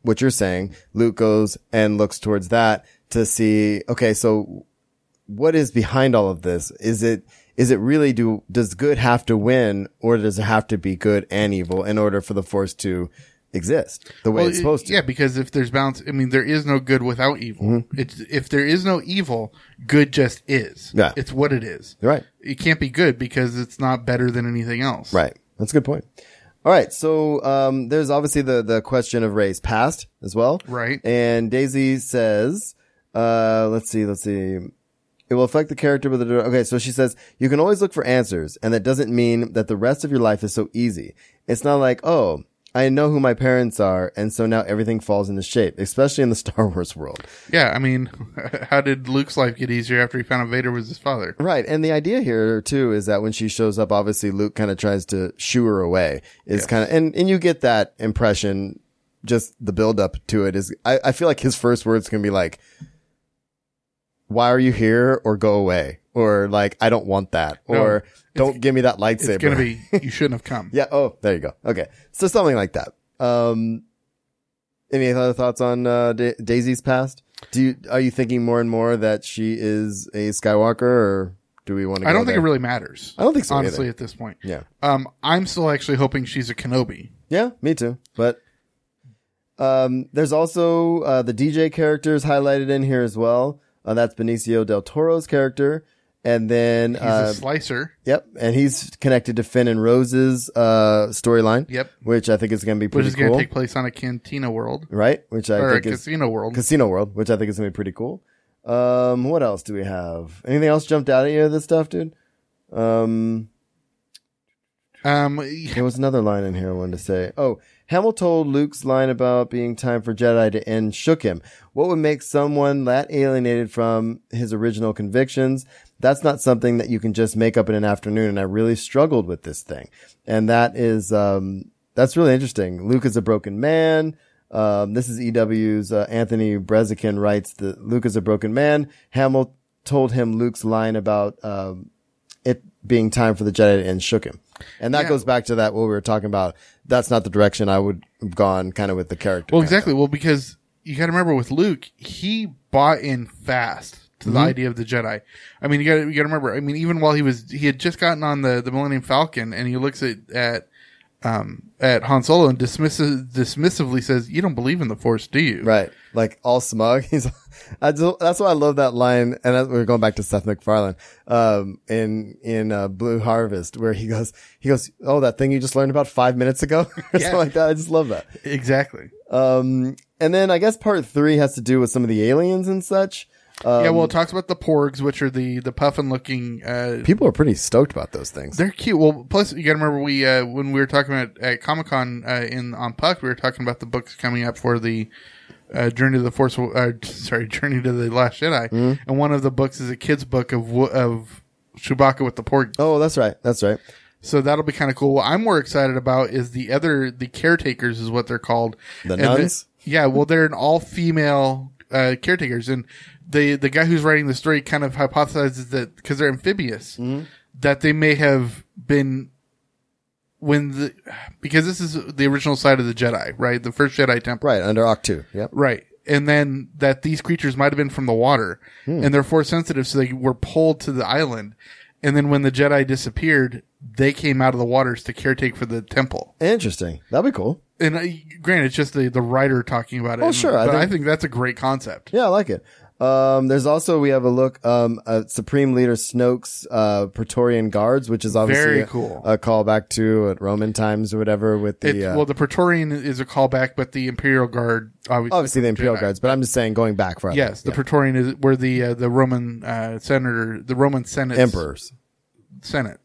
what you're saying, Luke goes and looks towards that to see, okay, so what is behind all of this? Is it, is it really do, does good have to win or does it have to be good and evil in order for the force to exist the way
Well,
it's supposed to?
Yeah, because if there's balance, I mean, there is no good without evil.
Mm-hmm.
It's if there is no evil, good just is.
Yeah.
it's what it is.
Right.
It can't be good because it's not better than anything else.
Right. That's a good point. All right. So, um, there's obviously the, the question of race past as well.
Right.
And Daisy says, uh, let's see, let's see. It will affect the character, but the, okay. So she says, you can always look for answers. And that doesn't mean that the rest of your life is so easy. It's not like, oh, I know who my parents are. And so now everything falls into shape, especially in the Star Wars world.
Yeah, I mean, how did Luke's life get easier after he found out Vader was his father?
Right. And the idea here too is that when she shows up, obviously Luke kind of tries to shoo her away is kind of, and, and you get that impression, just the build up to it is, I, I feel like his first words can be like, why are you here or go away or like I don't want that
No,
or
it's-
don't give me that lightsaber.
It's gonna be you shouldn't have come.
yeah. Oh, there you go. Okay, so something like that. Um, any other thoughts on uh, da- Daisy's past? Do you are you thinking more and more that she is a Skywalker or do we want to?
I don't think it really matters.
I don't think so
Honestly,
either.
at this point.
Yeah.
Um, I'm still actually hoping she's a Kenobi.
Yeah, me too. But um, there's also uh, the DJ characters highlighted in here as well. Uh, that's Benicio del Toro's character, and then
He's
uh,
a slicer.
yep, and he's connected to Finn and Rose's uh, storyline.
Yep.
which I think is going to be
which
pretty
is going to
cool,
take place on a cantina world
right? Which I
or a
think is
casino world.
Casino World, which I think is going to be pretty cool. Um, what else do we have? Anything else jumped out at you of this stuff, dude? Um,
um,
There was another line in here I wanted to say. Oh, Hamill told Luke's line about being time for Jedi to end shook him. What would make someone that alienated from his original convictions? That's not something that you can just make up in an afternoon. And I really struggled with this thing. And that is, um, that's really interesting. Luke is a broken man. Um, this is EW's uh, Anthony Brezikin writes that Luke is a broken man. Hamill told him Luke's line about um, it being time for the Jedi to end shook him. And that
Yeah.
goes back to that what we were talking about. That's not the direction I would have gone kind of with the character.
well,
kind of.
exactly. Well, because you got to remember with Luke, he bought in fast to the idea of the Jedi. I mean, you got to you got to remember. I mean, even while he was he had just gotten on the the Millennium Falcon, and he looks at at um at Han Solo and dismisses dismissively says, "You don't believe in the Force, do you?"
Right. Like all smug. He's, I just, that's why I love that line. And that- we're going back to Seth MacFarlane, um, in, in, uh, Blue Harvest where he goes, he goes, Oh, that thing you just learned about five minutes ago or something like that. I just love that.
Exactly.
Um, and then I guess part three has to do with some of the aliens and such. Um,
yeah. Well, it talks about the Porgs, which are the the puffin looking uh,
people are pretty stoked about those things.
They're cute. Well, plus you got to remember we uh, when we were talking about at Comic Con uh, in on Puck, we were talking about the books coming up for the uh, Journey to the Force. Uh, sorry, Journey to the Last Jedi,
Mm-hmm.
and one of the books is a kid's book of wo- of Chewbacca with the pork.
Oh, that's right. That's right.
So that'll be kind of cool. What I'm more excited about is the other the caretakers is what they're called.
The
And they-
nuns?
yeah, well, they're an all female uh, caretakers, and the the guy who's writing the story kind of hypothesizes that because they're amphibious,
Mm-hmm.
that they may have been when the because this is the original side of the Jedi, right? The first Jedi temple,
Right. Under Octu. Yep.
Right. And then that these creatures might have been from the water
Hmm.
and they're force sensitive, so they were pulled to the island. And then when the Jedi disappeared, they came out of the waters to caretake for the temple.
Interesting. That'd be cool.
And I, granted, it's just the, the writer talking about it.
Oh,
and-
sure, I
But I think,
think-
that's a great concept.
Yeah, I like it. Um, there's also we have a look um, at Supreme Leader Snoke's uh, Praetorian Guards, which is obviously
Very
a,
cool.
a callback to at Roman times or whatever with the
It,
uh,
well, the Praetorian is a callback, but the Imperial Guard obviously,
obviously the Imperial
Jedi.
Guards. But I'm just saying going back for
Yes, the Praetorian is where the uh, the Roman uh, senator, the Roman Senate,
emperors.
Senate.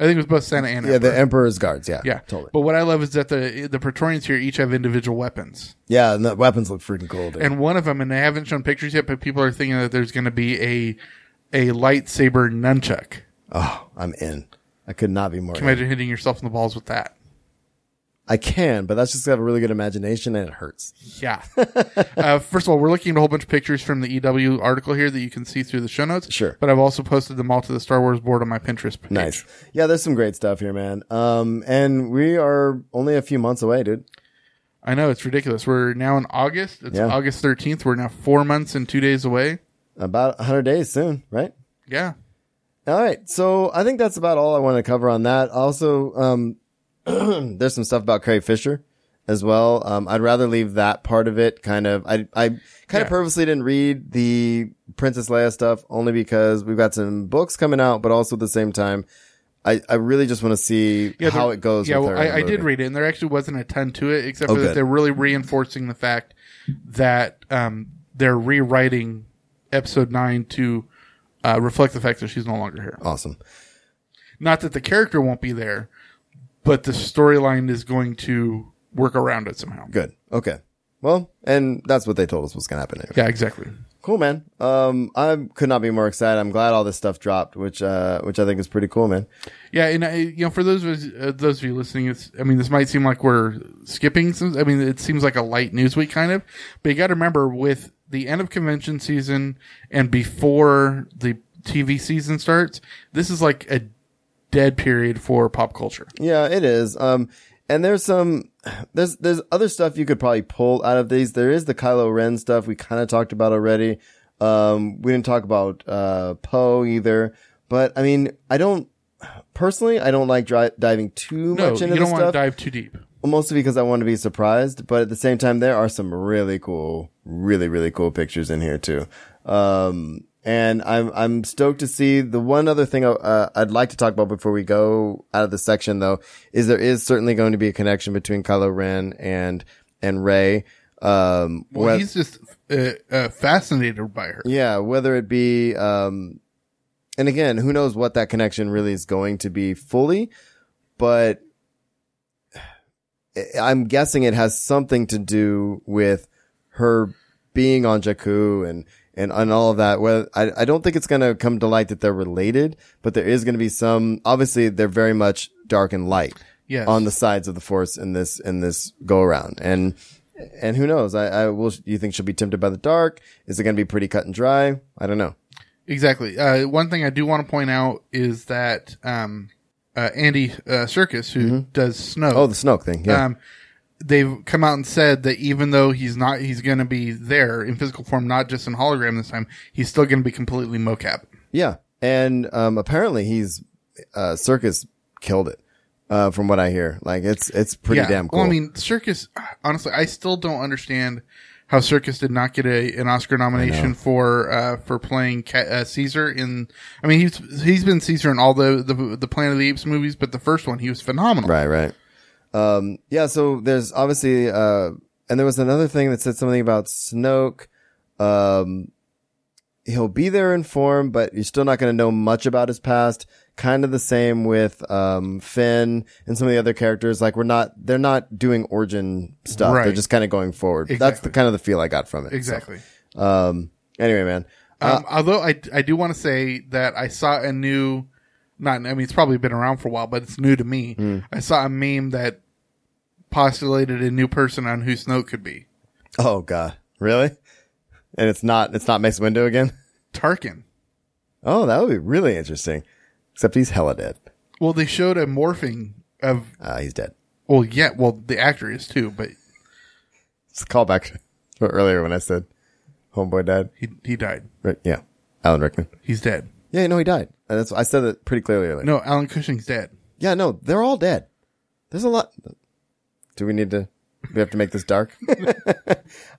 I think it was both Senate and
Yeah,
Emperor.
the Emperor's Guards. Yeah,
Yeah,
totally.
But what I love is that the the Praetorians here each have individual weapons,
yeah, and the weapons look freaking cool. Dude.
and one of them, and they haven't shown pictures yet, but people are thinking that there's going to be a a lightsaber nunchuck.
oh, I'm in. I could not be more. in.
Imagine hitting yourself in the balls with that.
I can, but that's just got a really good imagination and it hurts.
Yeah. uh, first of all, we're looking at a whole bunch of pictures from the EW article here that you can see through the show notes.
Sure.
But I've also posted them all to the Star Wars board on my Pinterest page.
Nice. Yeah, there's some great stuff here, man. Um, and we are only a few months away, dude.
I know it's ridiculous. We're now in August. It's
Yeah.
August thirteenth. We're now four months and two days away.
About 100 days soon, right?
Yeah.
All right. So I think that's about all I want to cover on that. Also, um, there's some stuff about Carrie Fisher as well. Um, I'd rather leave that part of it kind of, I, I kind
Yeah.
of purposely didn't read the Princess Leia stuff only because we've got some books coming out, but also at the same time, I, I really just want to see
there-
how it goes.
Yeah,
with
well,
her in
I, I
the
did
movie.
read it, and there actually wasn't a ton to it, except
Oh,
for that
good.
they're really reinforcing the fact that um, they're rewriting episode nine to uh, reflect the fact that she's no longer here.
Awesome.
Not that the character won't be there, but the storyline is going to work around it somehow.
Good. Okay. Well, and that's what they told us was going to happen. Anyway.
Yeah, exactly.
cool, man. Um, I could not be more excited. I'm glad all this stuff dropped, which uh, which I think is pretty cool, man.
Yeah, and I, you know, for those of us, uh, those of you listening, it's, I mean, this might seem like we're skipping some. I mean, it seems like a light news week, kind of. But you got to remember, with the end of convention season and before the TV season starts, this is like a dead period for pop culture.
Yeah, it is. Um, and there's some, there's, there's other stuff you could probably pull out of these. There is the Kylo Ren stuff we kind of talked about already. Um, we didn't talk about, uh, Poe either, but I mean, I don't, personally, I don't like dri- diving too
No,
much
you
into
don't
this
want to
stuff.
dive too deep.
mostly because I want to be surprised, but at the same time, there are some really cool, really, really cool pictures in here too. Um, and I'm, I'm stoked to see the one other thing, uh, I'd like to talk about before we go out of the section though, is there is certainly going to be a connection between Kylo Ren and, and Ray. Um,
Well,
whe-
he's just uh, uh, fascinated by her.
yeah, whether it be, um, and again, who knows what that connection really is going to be fully, but I- I'm guessing it has something to do with her being on Jakku and, and, and all of that. Well, I, I don't think it's going to come to light that they're related, but there is going to be some, obviously they're very much dark and light
Yes.
on the sides of the force in this, in this go around. And, and who knows? I, I will, you think she'll be tempted by the dark? Is it going to be pretty cut and dry? I don't know.
Exactly. Uh, one thing I do want to point out is that um, uh, Andy uh, Circus, who does Snow,
Oh, the Snoke thing. Yeah.
um, they've come out and said that even though he's not, he's going to be there in physical form, not just in hologram this time. He's still going to be completely mocap.
Yeah, and um, apparently he's uh, circus killed it, uh, from what I hear. Like it's it's pretty damn cool.
Well, I mean, Circus. Honestly, I still don't understand how Circus did not get a, an Oscar nomination for uh, for playing Ca uh, Caesar in. I mean, he's he's been Caesar in all the, the the Planet of the Apes movies, but the first one he was phenomenal.
right, right. Um, yeah. So there's obviously, uh, and there was another thing that said something about Snoke. Um, he'll be there in form, but you're still not going to know much about his past. Kind of the same with um, Finn and some of the other characters. Like we're not, they're not doing origin stuff. They're
Right.
just kind of going forward. That's the
Exactly.
kind of the feel I got from it. So,
Exactly.
um. Anyway, man.
Um, although I, I do want to say that I saw a new, not I mean it's probably been around for a while, but it's new to me. I saw a meme that postulated a new person on who Snoke could be
Oh god, really? And it's not it's not Mace Windu again.
Tarkin.
Oh, that would be really interesting. Except he's hella dead.
Well, they showed a morphing of
Uh, he's dead.
well, yeah, well the actor is too, but
It's a callback to earlier when I said homeboy died.
he he died.
Right? Yeah, Alan Rickman.
He's dead.
Yeah, no, he died. And that's I said it pretty clearly earlier.
No, Alan Cushing's dead.
Yeah, no, they're all dead. There's a lot. Do we need to? We have to make this dark.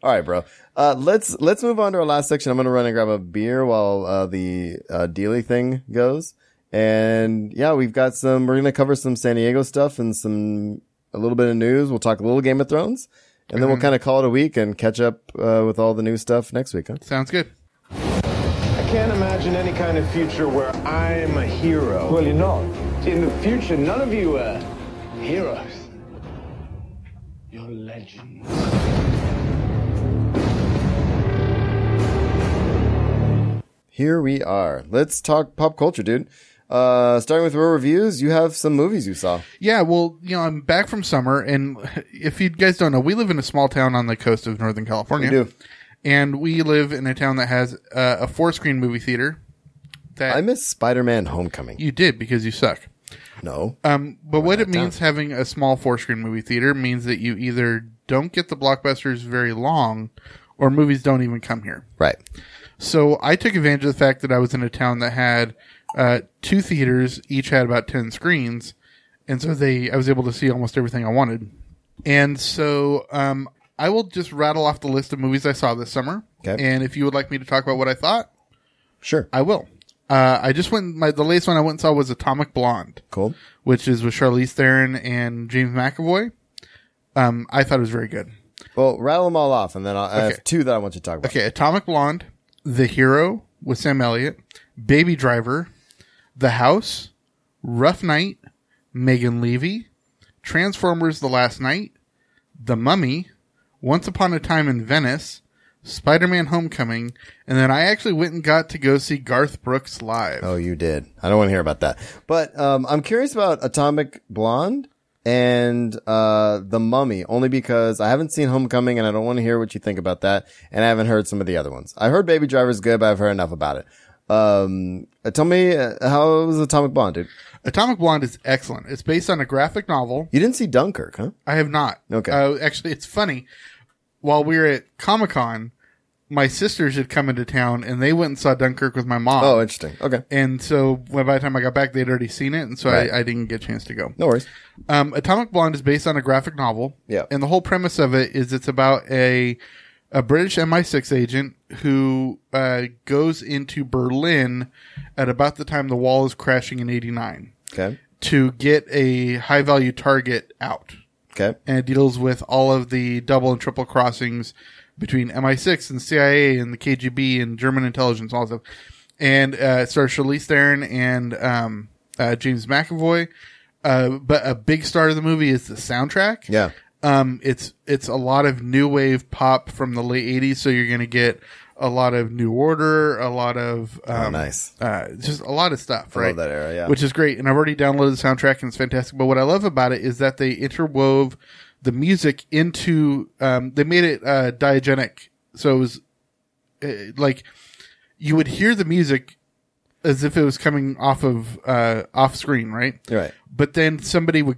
all right, bro. Uh, let's let's move on to our last section. I'm gonna run and grab a beer while uh, the uh, dealy thing goes. And yeah, we've got some. We're gonna cover some San Diego stuff and some a little bit of news. We'll talk a little Game of Thrones, and then we'll kind of call it a week and catch up uh, with all the new stuff next week. Huh?
Sounds good.
I can't imagine any kind of future where I'm a hero. Well, you're not. In the future, none of you are heroes. You're legends.
Here we are. Let's talk pop culture, dude. Uh, starting with real reviews, you have some movies you saw.
Yeah, well, you know, I'm back from summer, and if you guys don't know, we live in a small town on the coast of Northern California.
do.
And we live in a town that has uh, a four screen movie theater. That
I miss Spider-Man: Homecoming.
you did because you suck.
No,
Um, but what it means having a small four screen movie theater means that you either don't get the blockbusters very long, or movies don't even come here.
right.
So I took advantage of the fact that I was in a town that had uh, two theaters, each had about ten screens, and so they I was able to see almost everything I wanted. And so um, I will just rattle off the list of movies I saw this summer.
Okay.
And if you would like me to talk about what I thought,
Sure.
I will. Uh, I just went my the latest one I went and saw was Atomic Blonde,
Cool.
which is with Charlize Theron and James McAvoy. Um, I thought it was very good.
Well, rattle them all off, and then I'll, I
Okay.
have two that I want you to talk about.
Okay, Atomic Blonde, The Hero with Sam Elliott, Baby Driver, The House, Rough Night, Megan Levy, Transformers The Last Night, The Mummy, Once Upon a Time in Venice, Spider-Man: Homecoming, and then I actually went and got to go see Garth Brooks live.
Oh, you did. I don't want to hear about that. But um, I'm curious about Atomic Blonde and uh, The Mummy, only because I haven't seen Homecoming and I don't want to hear what you think about that. And I haven't heard some of the other ones. I heard Baby Driver's good, but I've heard enough about it. Um, uh, tell me, uh, how was Atomic Blonde, dude?
Atomic Blonde is excellent. It's based on a graphic novel.
You didn't see Dunkirk, huh?
I have not.
Okay.
Uh, actually, it's funny. While we were at Comic Con, my sisters had come into town and they went and saw Dunkirk with my mom.
Oh, interesting. Okay.
and so when- by the time I got back, they'd already seen it, and so
Right.
I, I didn't get a chance to go.
No worries.
Um, Atomic Blonde is based on a graphic novel.
Yeah.
And the whole premise of it is it's about a a British MI6 agent who uh, goes into Berlin at about the time the wall is crashing in 89
Okay.
to get a high value target out.
Okay.
And it deals with all of the double and triple crossings between MI6 and CIA and the KGB and German intelligence, all that stuff. And uh, it stars Charlize Theron and um, uh, James McAvoy. Uh, but a big star of the movie is the soundtrack.
Yeah.
Um, it's it's a lot of new wave pop from the late '80s, so you're gonna get a lot of New Order, a lot of um,
Oh, nice.
uh, just a lot of stuff, right?
that era, yeah.
Which is great, and I've already downloaded the soundtrack, and it's fantastic. But what I love about it is that they interwove the music into. Um, they made it uh, diegetic, so it was uh, like you would hear the music as if it was coming off of uh, off screen, right?
You're right.
But then somebody would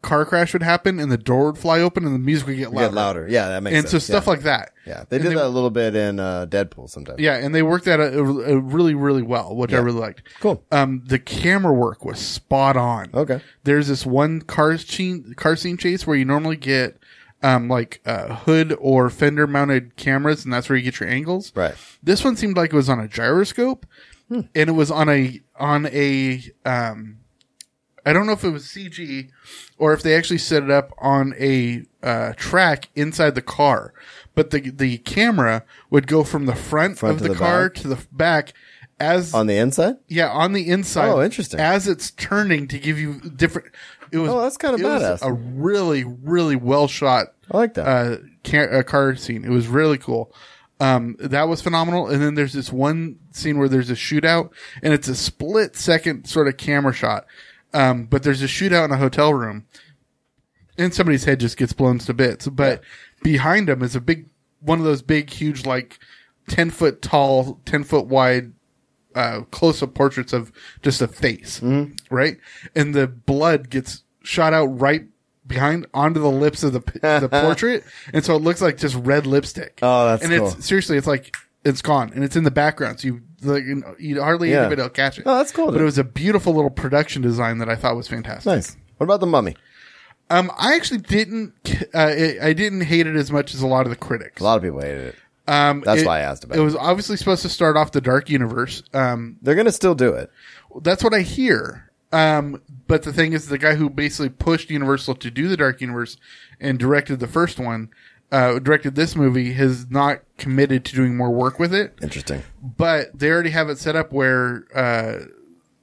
car crash would happen, and the door would fly open, and the music would get
You
louder.
Get louder. Yeah, that makes
And so
sense.
stuff
yeah.
like that.
Yeah, they did that a little bit in uh, Deadpool sometimes.
Yeah, and they worked that out, uh, uh, really, really well, which I really liked.
Cool.
Um, the camera work was spot on.
Okay.
There's this one car scene, car scene chase where you normally get, um, like uh, hood or fender mounted cameras, and that's where you get your angles.
Right.
This one seemed like it was on a gyroscope, and it was on a on a um, I don't know if it was CG or if they actually set it up on a uh, track inside the car, but the the camera would go from the front,
Front
of
to
the,
the
car
back.
to the back as
On the inside?
yeah on the inside.
Oh, interesting.
As it's turning to give you different. It was
Oh, that's kinda
it was
badass. Oh,
A really really well shot
I like that.
uh, ca- uh, car scene. It was really cool. Um, that was phenomenal. And then there's this one scene where there's a shootout, and it's a split second sort of camera shot. Um, but there's a shootout in a hotel room, and somebody's head just gets blown to bits. But behind him is a big one of those big, huge, like ten foot tall, ten foot wide uh, close up portraits of just a face,
Mm-hmm.
right? And the blood gets shot out right behind onto the lips of the p- the portrait, and so it looks like just red lipstick.
Oh, that's
and
cool.
it's seriously, it's like it's gone, and it's in the background, so you like you, know, you hardly
Yeah.
anybody will catch it.
Oh, that's cool,
But
dude.
it was a beautiful little production design that I thought was fantastic.
nice. What about the mummy?
Um, I actually didn't, uh, it, I didn't hate it as much as a lot of the critics.
A lot of people hated it.
Um,
That's
it-
why I asked about
It
it.
was obviously supposed to start off the Dark Universe. Um,
They're gonna still do it.
That's what I hear. Um, but the thing is, the guy who basically pushed Universal to do the Dark Universe and directed the first one, uh, directed this movie, has not committed to doing more work with it.
Interesting.
But they already have it set up where, uh,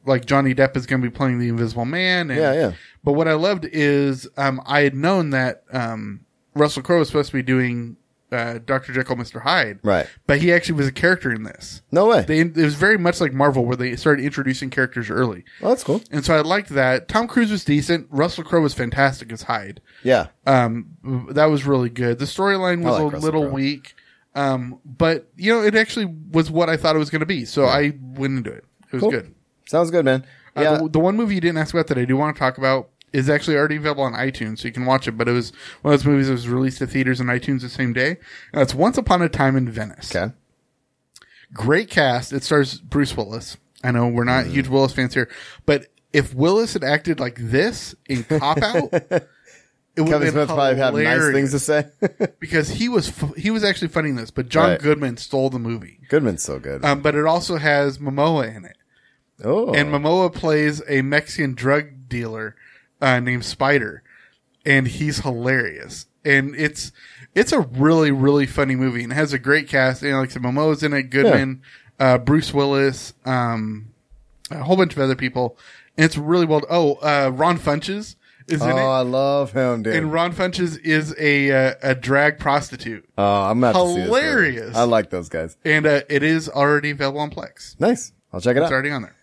like Johnny Depp is going to be playing the Invisible Man. And,
Yeah, yeah.
But what I loved is, um, I had known that um, Russell Crowe was supposed to be doing uh, Doctor Jekyll, Mister Hyde.
Right.
But he actually was a character in this.
No way.
They, it was very much like Marvel, where they started introducing characters early.
well, that's cool.
And so I liked that. Tom Cruise was decent. Russell Crowe was fantastic as Hyde.
Yeah.
Um, that was really good. The storyline was
I like
a
Russell
little
Crowe.
weak, um, but you know it actually was what I thought it was going to be. So I went into it. It was
Cool.
good.
Sounds good, man.
Uh,
Yeah.
the, the one movie you didn't ask about that I do want to talk about is actually already available on iTunes, so you can watch it. But it was one of those movies that was released to theaters and iTunes the same day. And it's Once Upon a Time in Venice.
okay.
Great cast. It stars Bruce Willis. I know we're
Mm.
not huge Willis fans here, but if Willis had acted like this in Cop Out, it would have
Kevin
been
Smith probably have nice things to
hilarious
say.
because he was f- he was actually funding this, but John
Right.
Goodman stole the movie.
Goodman's so good.
Um, but it also has Momoa in it,
oh.
and Momoa plays a Mexican drug dealer uh, named Spider, and he's hilarious. And it's it's a really really funny movie, and it has a great cast. And like I said, Momoa's in it, Goodman, uh, Bruce Willis, um, a whole bunch of other people, and it's really well. Oh, uh, Ron Funches is
Oh,
in it.
I love him, dude.
And Ron Funches is a uh, a drag prostitute,
oh, I'm not
Hilarious.
I like those guys.
and uh, it is already available on Plex.
Nice. I'll check it out.
It's already on there.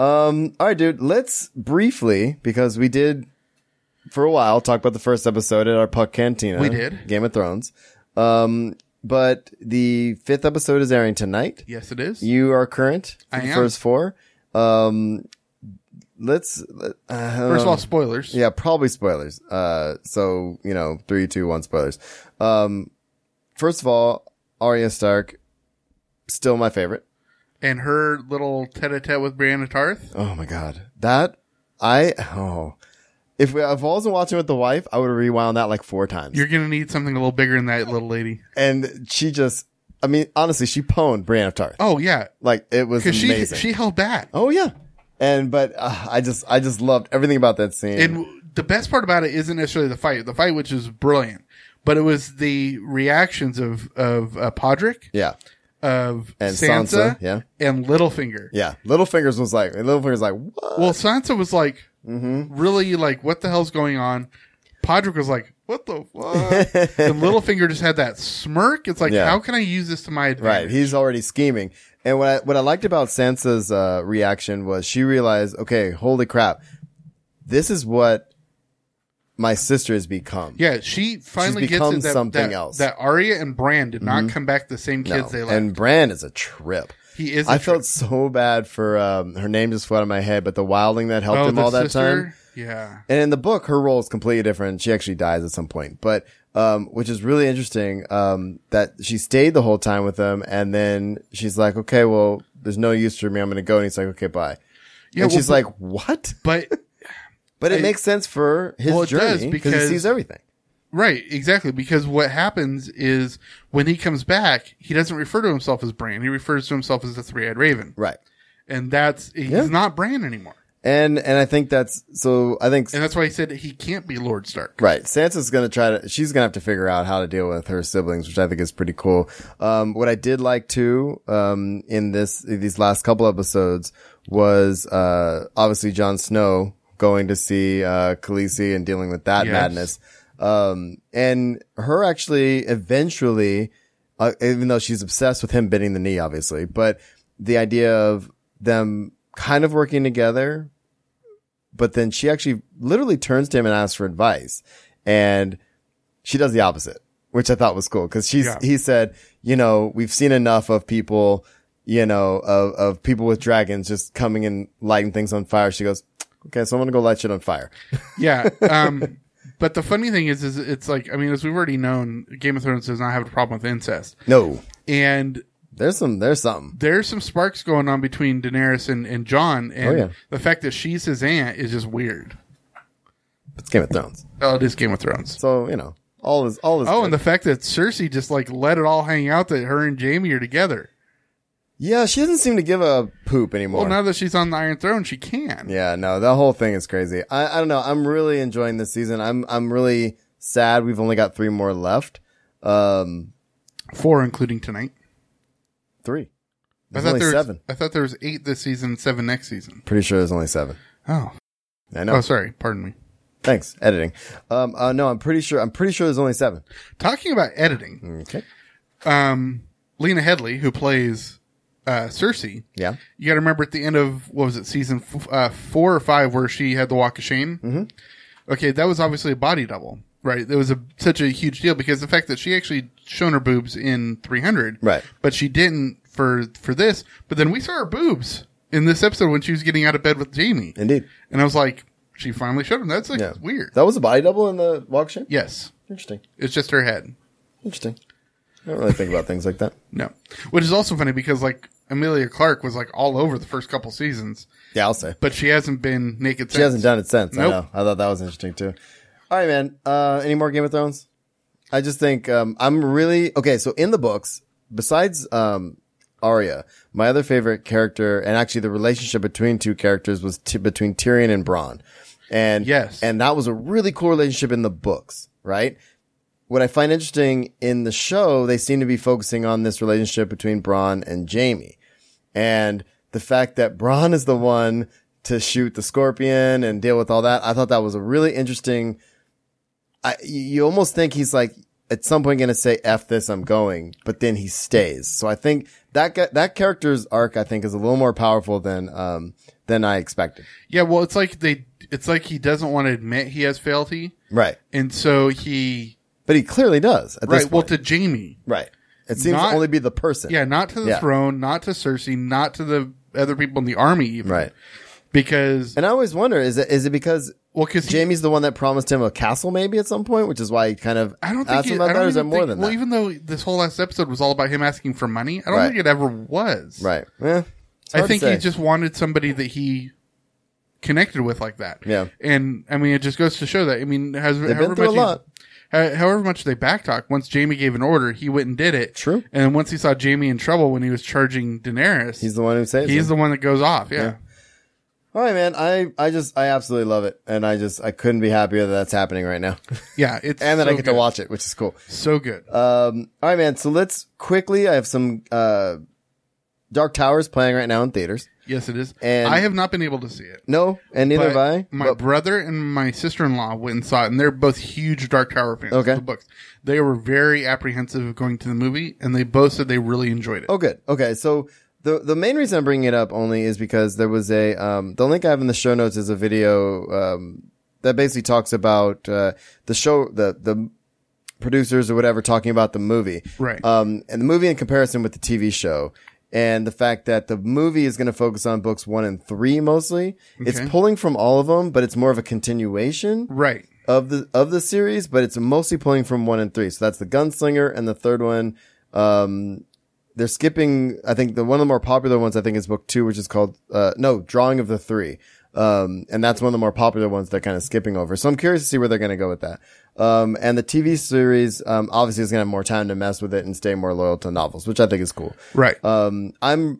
Um, all right, dude. Let's briefly, because we did for a while talk about the first episode at our Puck Cantina.
We did.
Game of Thrones. Um, but the fifth episode is airing tonight.
Yes, it is.
You are current. for
I
the
am.
First four. Um, let's. let- Uh,
First of all, spoilers.
yeah, probably spoilers. Uh, so you know, three, two, one, spoilers. Um, first of all, Arya Stark, still my favorite.
And her little tete-a-tete with Brianna Tarth.
Oh my god, that I oh, if we, if I wasn't watching with the wife, I would have rewound that like four times.
You're gonna need something a little bigger than that little lady.
and she just, I mean, honestly, she pwned Brienne of Tarth.
Oh yeah,
Like it was
because she
amazing.
she held back.
oh yeah, and but uh, I just I just loved everything about that scene.
And w- the best part about it isn't necessarily the fight, the fight which is brilliant, but it was the reactions of of uh, Podrick,
yeah,
of
And Sansa,
Sansa,
yeah.
and Littlefinger.
yeah. Littlefingers was like Littlefingers like what?
Well, Sansa was like,
Mm-hmm.
really like, what the hell's going on? Podrick was like, what the fuck? and Littlefinger just had that smirk. It's like,
Yeah.
how can I use this to my
Right.
advantage?
He's already scheming. And what I, what I liked about Sansa's uh, reaction was she realized, okay, holy crap, this is what my sister has become.
Yeah, she finally gets
become
it that,
something
that,
else. Mm-hmm.
that Arya and Bran did not come back the same
No.
kids they left.
and Bran is a trip.
he is. a
I felt
trip.
so bad for um, her name just flew out of my head, but the wildling that helped
Oh,
him
the
all that
sister?
time.
Yeah,
And in the book, her role is completely different. She actually dies at some point, but um, which is really interesting. Um, that she stayed the whole time with him, and then she's like, "Okay, well, there's no use for me. I'm going to go." And he's like, "Okay, bye."
yeah.
and
well,
she's
but-
like, "What?"
but
But it
I-
makes sense for his
Well, it does,
journey because he
because-
sees everything.
Right, exactly. Because what happens is when he comes back, he doesn't refer to himself as Bran. He refers to himself as the Three Eyed Raven.
Right.
And that's, he's
Yeah.
not Bran anymore.
And and I think that's so. I think
And that's why he said he can't be Lord Stark.
Right. Sansa's going to try to, she's going to have to figure out how to deal with her siblings, which I think is pretty cool. Um, what I did like too, um, in this, these last couple episodes was, uh, obviously Jon Snow going to see, uh, Khaleesi and dealing with that
Yes.
madness. Um, and her actually eventually, uh, even though she's obsessed with him bending the knee, obviously, but the idea of them kind of working together, but then she actually literally turns to him and asks for advice and she does the opposite which i thought was cool because she's
Yeah.
he said you know we've seen enough of people you know of, of people with dragons just coming and lighting things on fire she goes okay so i'm gonna go light shit on fire
Yeah. Um, but the funny thing is, is it's like, I mean, as we've already known, Game of Thrones does not have a problem with incest.
no
And
there's some there's something
there's some sparks going on between Daenerys and, and John. And
Oh, yeah.
the fact that she's his aunt is just weird.
it's game of thrones
Oh, it is Game of Thrones.
so you know all is all is
Oh,
good.
and the fact that Cersei just like let it all hang out that her and Jamie are together.
yeah she doesn't seem to give a poop anymore
Well, now that she's on the Iron Throne, she can.
Yeah, no, that whole thing is crazy. I, I don't know. I'm really enjoying this season. I'm I'm really sad we've only got three more left. Um,
Four, including tonight.
three.
I
There's
thought
only
there was,
seven.
I thought there was eight this season, and seven next season.
Pretty sure there's only seven.
Oh,
I know.
oh, sorry, pardon me.
Thanks editing. Um, uh, no, I'm pretty sure. I'm pretty sure there's only seven.
Talking about editing,
Okay.
um, Lena Headley, who plays uh, Cersei,
Yeah.
you got to remember at the end of what was it, season f- uh, four or five, where she had the walk of shame. Mm-hmm. Okay, that was obviously a body double, right? That was a such a huge deal because the fact that she actually shown her boobs in 300,
Right.
But she didn't for for this. But then we saw her boobs in this episode when she was getting out of bed with Jamie,
Indeed.
and I was like, she finally showed him. That's like
Yeah.
weird.
That was a body double in the walk shape.
yes,
Interesting.
it's just her head.
Interesting. I don't really think about things like that.
No, which is also funny because like Amelia Clark was like all over the first couple seasons,
Yeah, I'll say.
but she hasn't been naked.
She hasn't done it since. I
Nope.
know. I thought that was interesting too. All right, man. Uh, any more Game of Thrones? I just think um, I'm really okay. So in the books, besides um, Arya, my other favorite character, and actually the relationship between two characters was t- between Tyrion and Bronn, and
Yes.
and that was a really cool relationship in the books, right? What I find interesting in the show, they seem to be focusing on this relationship between Bronn and Jamie and the fact that Braun is the one to shoot the scorpion and deal with all that. I thought that was a really interesting. I you almost think he's like at some point going to say "f this," I'm going, but then he stays. So I think that guy, that character's arc, I think, is a little more powerful than um than I expected.
Yeah, well, it's like they, it's like he doesn't want to admit he has frailty,
Right,
and so he,
but he clearly does. At This
right, well,
point.
to Jamie,
right. It seems
Not-
to only be the person.
yeah, not to the
Yeah.
throne, not to Cersei, not to the other people in the army, even,
Right.
Because
And I always wonder is it is it because
well, because
Jamie's the one that promised him a castle maybe at some point, which is why he kind of
I don't think
asked
it,
him about
I
that. Or
don't
is there
even
more
think,
than
well,
that?
even though this whole last episode was all about him asking for money, I don't
Right.
think it ever was.
right. Yeah. It's hard
I
to
think
say.
he just wanted somebody that he connected with like that.
Yeah.
And I mean, it just goes to show that. I mean, has,
been
however,
through a
much
lot.
he's- ho- however much they backtalk, once Jamie gave an order, he went and did it.
True.
And then once he saw Jamie in trouble when he was charging Daenerys,
he's the one who saves.
he's
him.
the one that goes off. Yeah.
All right, man. I, I just I absolutely love it, and I just I couldn't be happier that that's happening right now,
Yeah. It's
and that
so
I get
good.
to watch it, which is cool.
So good.
Um, all right, man. So let's quickly. I have some uh, Dark Towers playing right now in theaters.
yes, it is.
and-
I have not been able to see it.
No, and neither have
But
I.
My
but-
brother and my sister in law went and saw it, and they're both huge Dark Tower fans.
Okay.
of the books. They were very apprehensive of going to the movie, and they both said they really enjoyed it.
Oh, good. Okay, so the the main reason I'm bringing it up only is because there was a um, the link I have in the show notes is a video um, that basically talks about uh, the show the the producers or whatever talking about the movie,
Right.
Um, and the movie in comparison with the TV show. And the fact that the movie is going to focus on books one and three mostly, it's
Okay.
pulling from all of them, but it's more of a continuation
Right.
of the of the series, but it's mostly pulling from one and three. So that's the Gunslinger and the third one. Um, they're skipping. I think the one of the more popular ones. I think is book two, which is called uh, no Drawing of the Three. Um, and that's one of the more popular ones they're kind of skipping over. So I'm curious to see where they're going to go with that. Um, and the TV series, um, obviously is going to have more time to mess with it and stay more loyal to novels, which I think is cool.
Right.
Um, I'm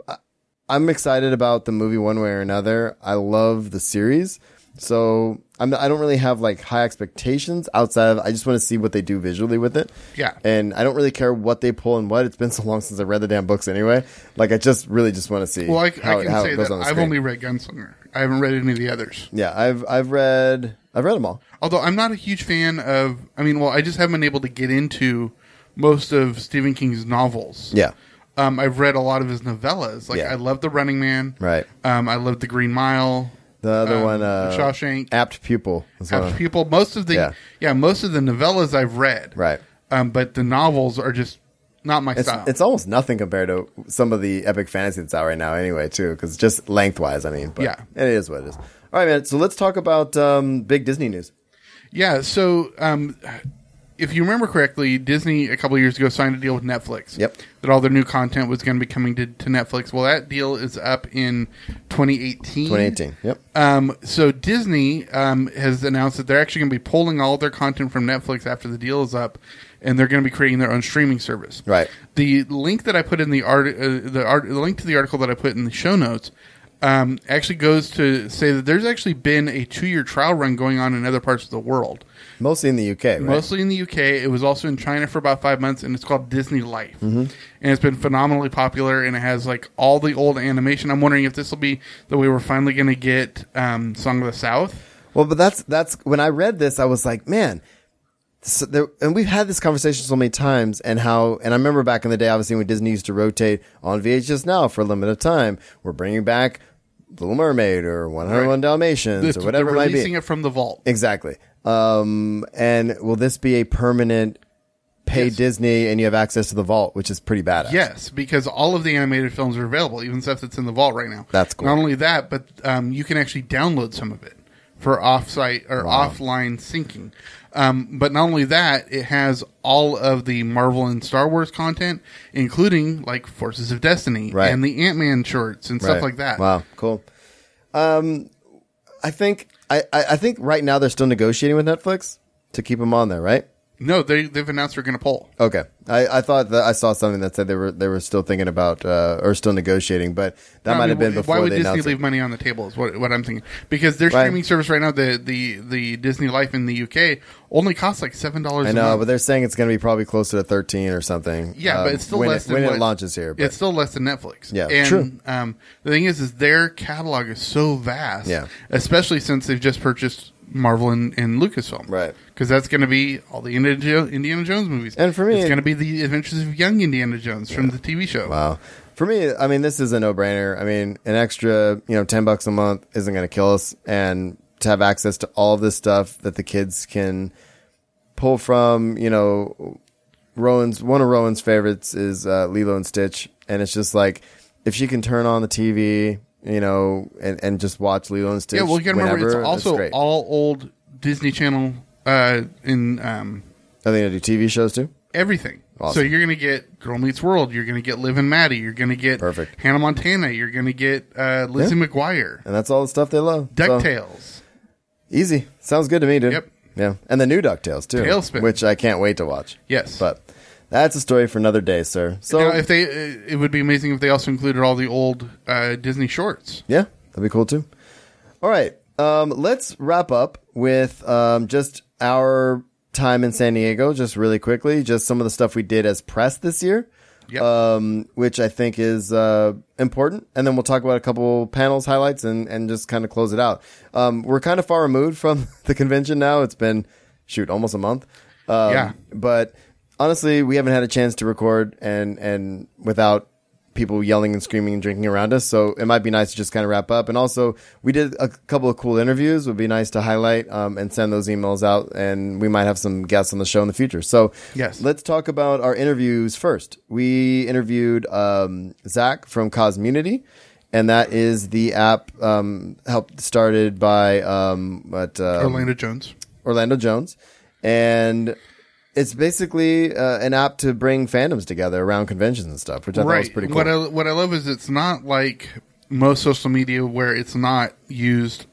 I'm excited about the movie one way or another. I love the series, so I'm I don't really have like high expectations outside of I just want to see what they do visually with it.
Yeah.
and I don't really care what they pull and what. It's been so long since I read the damn books anyway. Like I just really just want to see.
well, I, I
how it-
can
how it
say
goes
that
on the
I've
screen.
only read Gunslinger. I haven't read any of the others.
yeah I've I've read I've read them all.
Although I'm not a huge fan of. I mean, well, I just haven't been able to get into most of Stephen King's novels.
Yeah,
Um, I've read a lot of his novellas. Like
Yeah.
I love The Running Man.
Right.
Um, I love The Green Mile.
the other
Um,
one uh,
Shawshank.
apt pupil. was one
Apt
of-
Pupil. Most of the
Yeah.
yeah. most of the novellas I've read.
Right.
Um, but the novels are just not my
It's,
style.
it's almost nothing compared to some of the epic fantasy that's out right now, anyway, too, because just lengthwise, I mean, but
Yeah.
it is what it is. All right, man. So let's talk about um, big Disney news.
yeah. So um, if you remember correctly, Disney a couple of years ago signed a deal with Netflix.
Yep.
That all their new content was going to be coming to, to Netflix. Well, that deal is up in 2018.
2018. Yep.
Um, so Disney um, has announced that they're actually going to be pulling all their content from Netflix after the deal is up, and they're going to be creating their own streaming service.
Right.
The link that I put in the art, uh, the art, the link to the article that I put in the show notes, um, actually goes to say that there's actually been a two-year trial run going on in other parts of the world,
Mostly in the UK, right?
mostly in the UK. It was also in China for about five months, and it's called Disney Life,
Mm-hmm.
and it's been phenomenally popular. And it has like all the old animation. I'm wondering if this will be the way we're finally going to get um, Song of the South.
Well, but that's that's when I read this, I was like, man. So there, and we've had this conversation so many times, and how, and I remember back in the day, obviously when Disney used to rotate on VHS now for a limit of time, we're bringing back Little Mermaid or 101
Right.
Dalmatians
It's-
or whatever it
they're
might be.
releasing it from the vault.
Exactly. Um, and will this be a permanent pay
Yes.
Disney and you have access to the vault, which is pretty badass.
Yes, because all of the animated films are available, even stuff that's in the vault right now.
That's cool.
Not only that, but um, you can actually download some of it for off-site or offline syncing. Um, but not only that, it has all of the Marvel and Star Wars content, including like Forces of Destiny
Right.
and the Ant Man shorts and stuff
Right.
like that.
Wow. Cool. Um, I think, I, I I think right now they're still negotiating with Netflix to keep them on there, right?
No, they they've announced they're going to poll.
Okay, I, I thought that I saw something that said they were they were still thinking about uh, or still negotiating, but that
I
might
mean,
have been
why-
before
Why would
they
Disney
announced
leave
it.
money on the table? Is what what I'm thinking because their
Right.
streaming service right now, the the the Disney Life in the UK, only costs like seven dollars.
I
a
know,
month.
but they're saying it's going to be probably closer to thirteen or something.
Yeah,
um,
but it's still
when
less
it,
than
when
what-
it launches here. But,
It's still less than Netflix.
Yeah,
and,
true.
Um, the thing is, is their catalog is so vast.
Yeah.
especially since they've just purchased Marvel and, and Lucasfilm.
Right.
because that's going to be all the Indiana Jo- Indiana Jones movies.
And for me-
it's going to be the Adventures of Young Indiana Jones from the TV show.
Wow. For me, I mean, this is a no-brainer. I mean, an extra, you know, 10 bucks a month isn't going to kill us and to have access to all of this stuff that the kids can pull from, you know, Rowan's one of Rowan's favorites is uh, Lilo and Stitch and it's just like if she can turn on the TV, you know, and, and just watch Lilo and Stitch
Yeah, well, you got to remember
whenever,
it's also
that's great.
all old Disney Channel uh, in um,
Are they going to do TV shows too?
everything. So
Awesome.
you're gonna get Girl Meets World. You're gonna get Liv and Maddie. You're gonna get
Perfect.
Hannah Montana. You're gonna get uh, Lizzie
Yeah.
McGuire.
And that's all the stuff they love. So-
Ducktales.
Easy. Sounds good to me, dude.
Yep.
Yeah. And the new DuckTales, too.
Tailspin.
Which I can't wait to watch.
Yes.
But that's a story for another day, sir. So,
now, if they, uh, it would be amazing if they also included all the old uh, Disney shorts.
yeah, that'd be cool, too. All right. Um, let's wrap up with um, just our time in San Diego, just really quickly, just some of the stuff we did as press this year.
Yep.
um, which I think is uh, important. And then we'll talk about a couple panels highlights and, and just kind of close it out. Um, we're kind of far removed from the convention now. It's been, shoot, almost a month. Um,
Yeah.
But honestly, we haven't had a chance to record and, and without people yelling and screaming and drinking around us. So it might be nice to just kind of wrap up. And also, we did a couple of cool interviews. Would be nice to highlight um, and send those emails out. And we might have some guests on the show in the future. So
Yes.
let's talk about our interviews first. We interviewed um, Zach from Cosmunity, and that is the app um, helped started by um, but uh,
Orlando Jones.
Orlando Jones, and it's basically uh, an app to bring fandoms together around conventions and stuff, which I thought was pretty cool.
What I what I love is it's not like most social media where it's not used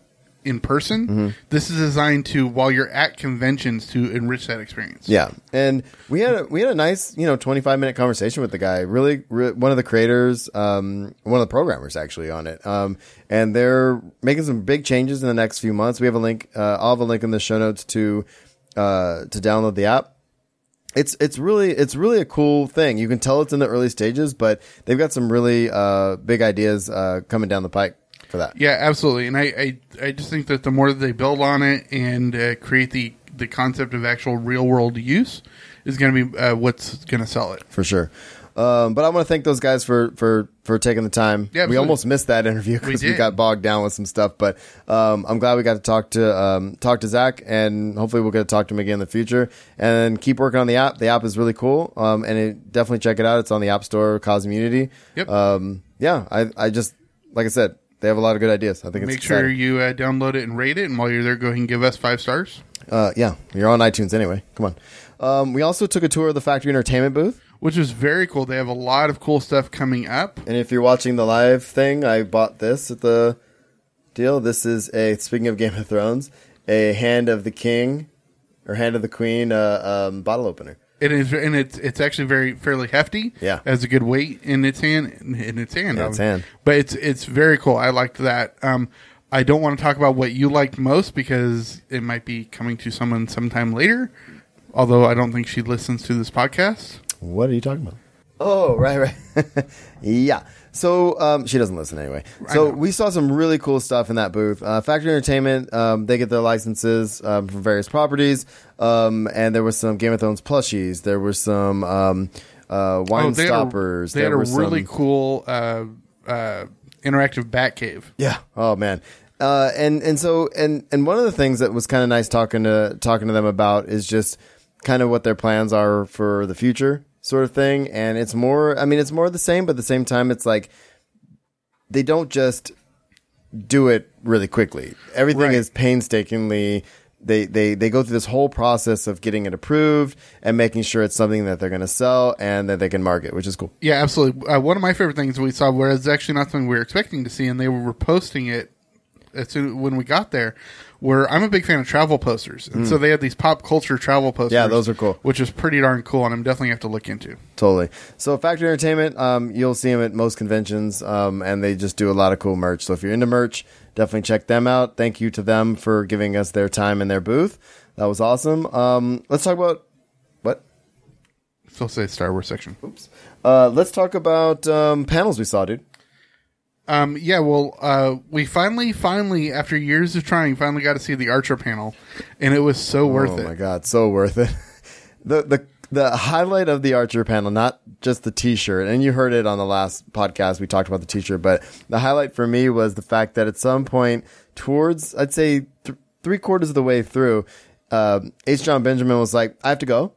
in person.
Mm-hmm.
This is designed to while you're at conventions to enrich that experience.
Yeah, and we had a, we had a nice you know twenty five minute conversation with the guy. Really, re- one of the creators, um, one of the programmers actually on it. Um, and they're making some big changes in the next few months. We have a link. Uh, I'll have a link in the show notes to uh, to download the app it's it's really it's really a cool thing. You can tell it's in the early stages, but they've got some really uh, big ideas uh, coming down the pike for that.
Yeah, absolutely. And I, I, I just think that the more that they build on it and uh, create the, the concept of actual real world use is going to be uh, what's going to sell it.
for sure. Um, but I want to thank those guys for for for taking the time. we
Yeah, absolutely.
almost missed that interview because we,
did.
got bogged down with some stuff. But um, I'm glad we got to talk to um, talk to Zach, and hopefully we'll get to talk to him again in the future. And keep working on the app. The app is really cool, um, and it, definitely check it out. It's on the App Store, Cosmunity.
Yep.
Um, yeah, I I just like I said, they have a lot of good ideas. I think it's
Make sure
exciting.
you uh, download it and rate it. And while you're there, go ahead and give us five stars,
Uh, yeah, you're on iTunes anyway. Come on. Um, we also took a tour of the Factory Entertainment booth.
which is very cool. They have a lot of cool stuff coming up.
And if you're watching the live thing, I bought this at the deal. This is a speaking of Game of Thrones, a Hand of the King or Hand of the Queen uh, um, bottle opener.
It is, and it's it's actually very fairly hefty.
Yeah.
has a good weight in its hand. In its hand,
In its
um,
hand.
But it's it's very cool. I liked that. Um, I don't want to talk about what you liked most because it might be coming to someone sometime later. Although I don't think she listens to this podcast.
What are you talking about? Oh, right, right. yeah. So um, she doesn't listen anyway. So we saw some really cool stuff in that booth. Uh, Factory Entertainment, um, they get their licenses um, from various properties. Um, and there was some Game of Thrones plushies. There were some um, uh, wine
Oh, they had a-
stoppers.
They had a,
there were
really
some,
cool uh, uh, interactive Batcave.
Yeah. Oh man. Uh, and and so and and one of the things that was kind of nice talking to talking to them about is just kind of what their plans are for the future, sort of thing. And it's more. I mean, it's more the same, but at the same time, it's like they don't just do it really quickly. Everything
Right.
is painstakingly. They, they they go through this whole process of getting it approved and making sure it's something that they're going to sell and that they can market, which is cool.
Yeah, absolutely. Uh, one of my favorite things we saw was actually not something we were expecting to see, and they were posting it as soon when we got there were I'm a big fan of travel posters, and so they had these pop culture travel posters.
Hmm. Yeah, those are cool.
which is pretty darn cool, and I'm definitely have to look into.
Totally. So Factory Entertainment, um, you'll see them at most conventions, um, and they just do a lot of cool merch. So if you're into merch, definitely check them out. Thank you to them for giving us their time and their booth. That was awesome. Um, let's talk about what?
So say Star Wars section.
Uh, let's talk about um, panels we saw, dude.
Um, yeah, well, uh, we finally, finally, after years of trying, finally got to see the Archer panel, and it was so worth
oh
it.
my god, so worth it. the the the highlight of the Archer panel, not just the T-shirt, and you heard it on the last podcast. We talked about the T-shirt, but the highlight for me was the fact that at some point, towards I'd say th- three quarters of the way through, uh, H. John Benjamin was like, "I have to go,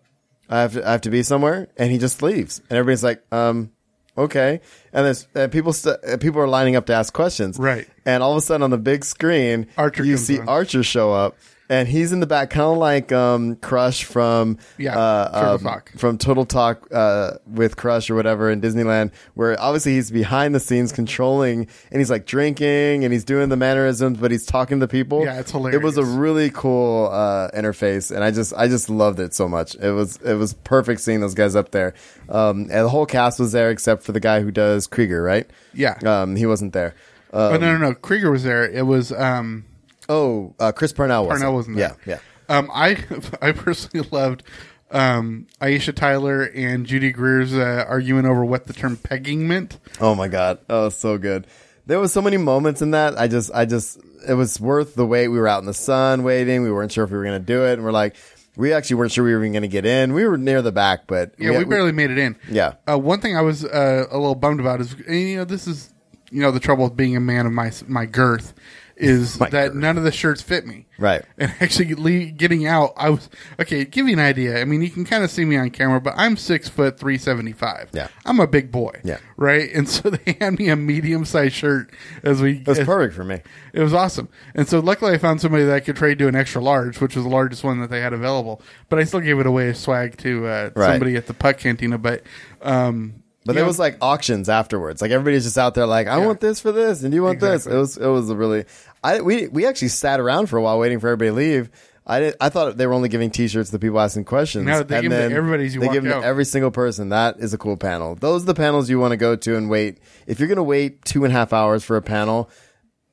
I have to, I have to be somewhere," and he just leaves, and everybody's like, "Um." Okay, and there's uh, people. St- uh, people are lining up to ask questions,
Right.
And all of a sudden, on the big screen,
Archer
you
comes
see
on.
Archer show up, and he's in the back, kind of like um, Crush from
Yeah, Turtle
uh, um,
Talk.
from Total Talk uh, with Crush or whatever in Disneyland, where obviously he's behind the scenes controlling, and he's like drinking and he's doing the mannerisms, but he's talking to people.
Yeah, it's
It was a
hilarious.
really cool uh, interface, and I just I just loved it so much. It was it was perfect seeing those guys up there, um, and the whole cast was there except for the guy who does Krieger, right?
Yeah.
um, he wasn't there. Uh,
oh no, no, no, Krieger was there. It was um,
oh, uh, Chris Parnell wasn't.
Parnell wasn't there.
Yeah, yeah.
Um, I I personally loved um, Aisha Tyler and Judy Greer's uh, arguing over what the term pegging meant.
Oh my god. Oh, so good. There was so many moments in that. I just, I just, it was worth the wait. We were out in the sun waiting. We weren't sure if we were going to do it, and we're like, we actually weren't sure we were even going to get in. We were near the back, but
Yeah, we, barely made it in.
Yeah.
Uh, one thing I was uh, a little bummed about is and, you know this is you know the trouble with being a man of my my girth is
My
that
girth.
none of the shirts fit me.
Right.
And actually le- getting out, I was okay. Give you an idea. I mean, you can kind of see me on camera, but I'm six foot three seventy five.
Yeah.
I'm a big boy.
Yeah.
Right. And so they hand me a medium sized shirt as we.
It was
as-
perfect for me.
it was awesome. And so luckily I found somebody that I could trade to an extra large, which was the largest one that they had available. But I still gave it away as swag to uh,
Right.
somebody at the Puck Cantina. But um,
But
you
there
know,
was like auctions afterwards. Like everybody's just out there, like I want this for this, and you want this. It was, it was a really. I we we actually sat around for a while waiting for everybody to leave. I did, I thought they were only giving T-shirts to people asking questions.
No, they
and
give 'em to everybody as you
they
walk
give 'em
out.
to every single person. That is a cool panel. Those are the panels you want to go to and wait. If you're going to wait two and a half hours for a panel,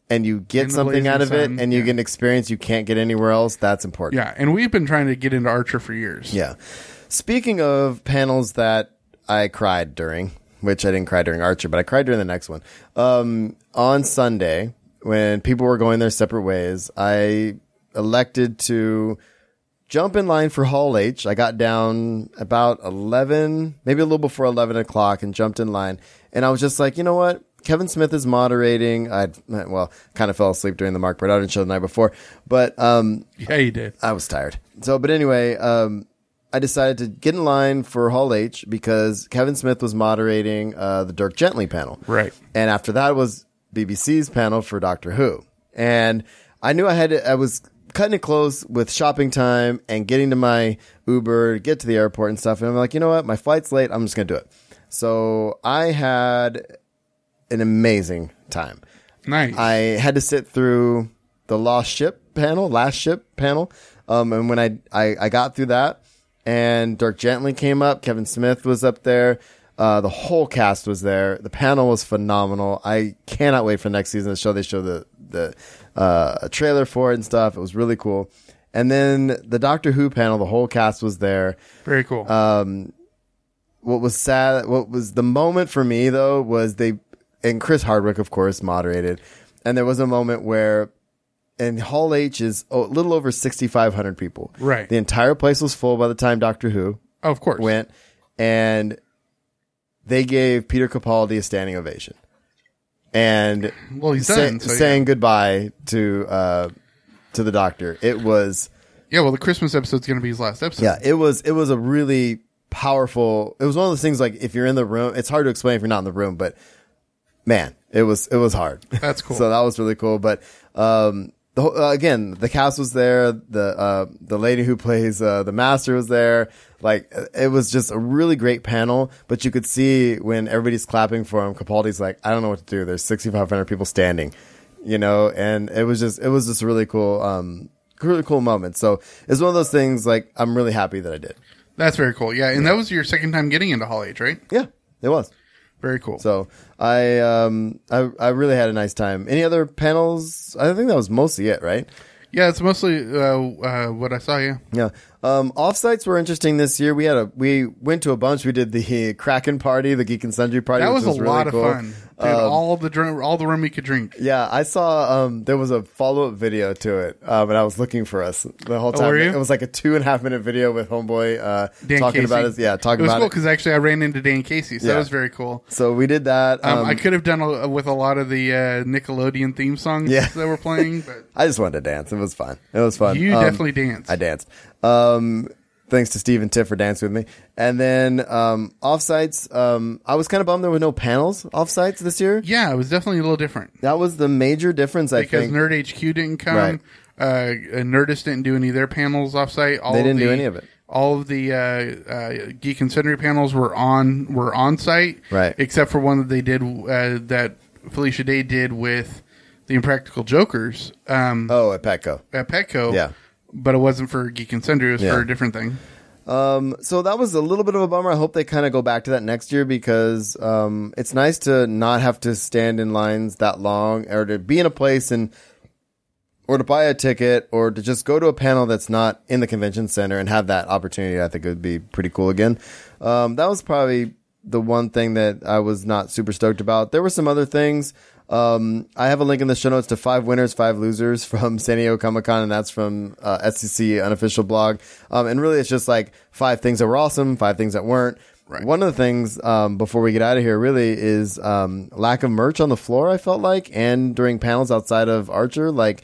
and you
In
get
the
something
blazing
out of
sun,
it, and you
yeah.
get an experience you can't get anywhere else, that's important.
yeah, and we've been trying to get into Archer for years.
Yeah. Speaking of panels that I cried during, which I didn't cry during Archer, but I cried during the next one. Um, on Sunday, when people were going their separate ways, I elected to jump in line for Hall H. I got down about 11, maybe a little before 11 o'clock and jumped in line. And I was just like, you know what? Kevin Smith is moderating. I, well, kind of fell asleep during the Mark Bernardin show the night before, but, um,
yeah, you did.
I was tired. So, but anyway, um, I decided to get in line for Hall H because Kevin Smith was moderating uh, the Dirk Gently panel.
Right.
And after that was BBC's panel for Doctor Who. And I knew I had to, I was cutting it close with shopping time and getting to my Uber, get to the airport and stuff. And I'm like, you know what? My flight's late. I'm just going to do it. So I had an amazing time.
Nice.
I had to sit through the lost ship panel, last ship panel. Um, and when I, I, I got through that and Dirk Gently came up, Kevin Smith was up there. Uh, the whole cast was there. The panel was phenomenal. I cannot wait for next season to show. They show the, the, uh, a trailer for it and stuff. It was really cool. And then the Doctor Who panel, the whole cast was there
Very cool.
uh, what was sad, what was the moment for me though, was they, and Chris Hardwick, of course, moderated. And there was a moment where, and Hall H is a little over 6,500 people.
Right.
The entire place was full by the time Doctor Who
oh, of course.
went. And they gave Peter Capaldi a standing ovation. And
Well, he's
sa-
done, so yeah.
saying goodbye to, uh, to the doctor. It was,
yeah, well, the Christmas episode's going to be his last episode.
yeah, it was it was a really powerful. It was one of those things like if you're in the room, it's hard to explain if you're not in the room, but man, it was it was hard.
That's cool.
so that was really cool. But um, the, whole- uh, again, the cast was there. The uh, the lady who plays uh, the master was there. Like uh, it was just a really great panel. But you could see when everybody's clapping for him, Capaldi's like, I don't know what to do. There's 6,500 people standing. you know, and it was just, it was just really cool, um, really cool moment. So it's one of those things like I'm really happy that I did.
That's very cool. Yeah, and that was your second time getting into Hall H, right?
Yeah, it was.
Very cool.
So I, um, I, I really had a nice time. Any other panels? I think that was mostly it, right?
yeah, it's mostly uh, uh, what I saw. Yeah,
Yeah. Um, offsites were interesting this year. We had a we went to a bunch. We did the Kraken party, the Geek and Sundry party.
that
which
was a
really
lot
cool.
of fun. Dude,
Um,
all the drink, all the rum you could drink.
yeah, I saw um, there was a follow up video to it, um, and I was looking for us the whole time.
Oh, were you?
It was like a two and a half minute video with Homeboy uh,
Dan
talking
Casey.
about his yeah talking
it was
about
cool
it.
because actually I ran into Dan Casey, so
Yeah.
that was very cool.
So we did that.
Um,
um,
I could have done a, with a lot of the uh, Nickelodeon theme songs
Yeah.
that were playing, but
I just wanted to dance. It was fun. It was fun.
You
Um,
definitely danced.
I danced. Um, thanks to Steve and Tiff for dancing with me. And then um, offsites. Um, I was kind of bummed there were no panels offsites this year.
yeah, it was definitely a little different
That was the major difference. I
because
think
Nerd HQ didn't come.
Right.
Uh, uh, Nerdist didn't do any of their panels offsite. All
They didn't
the,
do any of it.
All of the uh, uh, Geek and Sundry panels were on were on site,
Right.
Except for one that they did uh, that Felicia Day did with the Impractical Jokers. Um,
oh at Petco.
at Petco.
Yeah.
But it wasn't for Geek and Sundry. It was
Yeah.
for a different thing.
Um, So that was a little bit of a bummer. I hope they kind of go back to that next year because um, it's nice to not have to stand in lines that long or to be in a place and or to buy a ticket or to just go to a panel that's not in the convention center and have that opportunity. I think it would be pretty cool again. Um, that was probably the one thing that I was not super stoked about. There were some other things. Um, I have a link in the show notes to five winners, five losers from San Diego Comic Con, and that's from uh, SEC unofficial blog. Um, and really, it's just like five things that were awesome, five things that weren't.
Right.
One of the things um, before we get out of here really is um, lack of merch on the floor. I felt like, and during panels outside of Archer, like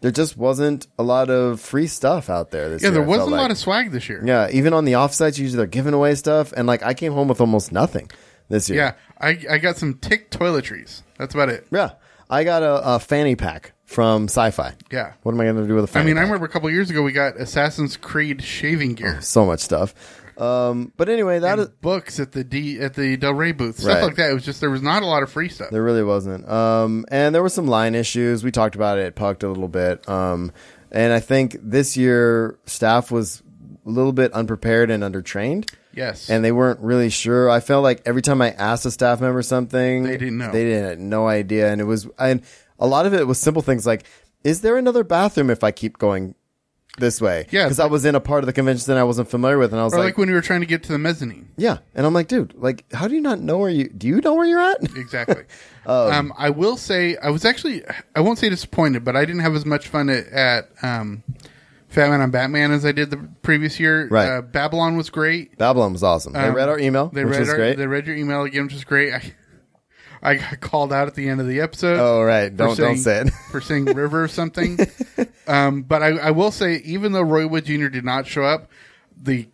there just wasn't a lot of free stuff out there. This
Yeah, there
year, I
was a
felt like.
lot of swag this year.
yeah. Even on the offsites, usually they're giving away stuff, and like I came home with almost nothing this year.
Yeah, I, I got some tick toiletries. That's about it.
Yeah. I got a, a fanny pack from Sci-Fi.
Yeah.
What am I going to do with a
I
fanny?
mean, I
pack?
remember a couple years ago we got Assassin's Creed shaving gear,
so much stuff. Um, but anyway, Oh, that is
books at the D at the Del Rey booth, stuff
Right.
like that. It was just there was not a lot of free stuff.
There really wasn't. Um, and there were some line issues. We talked about it, at pucked a little bit. Um, and I think this year staff was a little bit unprepared and undertrained.
Yes.
And they weren't really sure. I felt like every time I asked a staff member something,
They didn't know.
They didn't no idea. And it was, and a lot of it was simple things like, is there another bathroom if I keep going this way?
Yeah,
Because I was in a part of the convention that I wasn't familiar with. And I was
or like,
like,
when we were trying to get to the mezzanine.
yeah. And I'm like, dude, like, how do you not know where you, do you know where you're at?
Exactly. um, I will say I was actually I won't say disappointed, but I didn't have as much fun at, at um, Fat Man on Batman as I did the previous year.
Right.
Uh, Babylon was great.
Babylon was awesome. they
Um,
read our email,
They
which
read
was
our,
great.
They read your email again, which is great. I, I got called out at the end of the episode.
Oh, right.
for
Don't- don't say it.
for saying river or something. um, but I, I will say, even though Roy Wood Jr. did not show up, the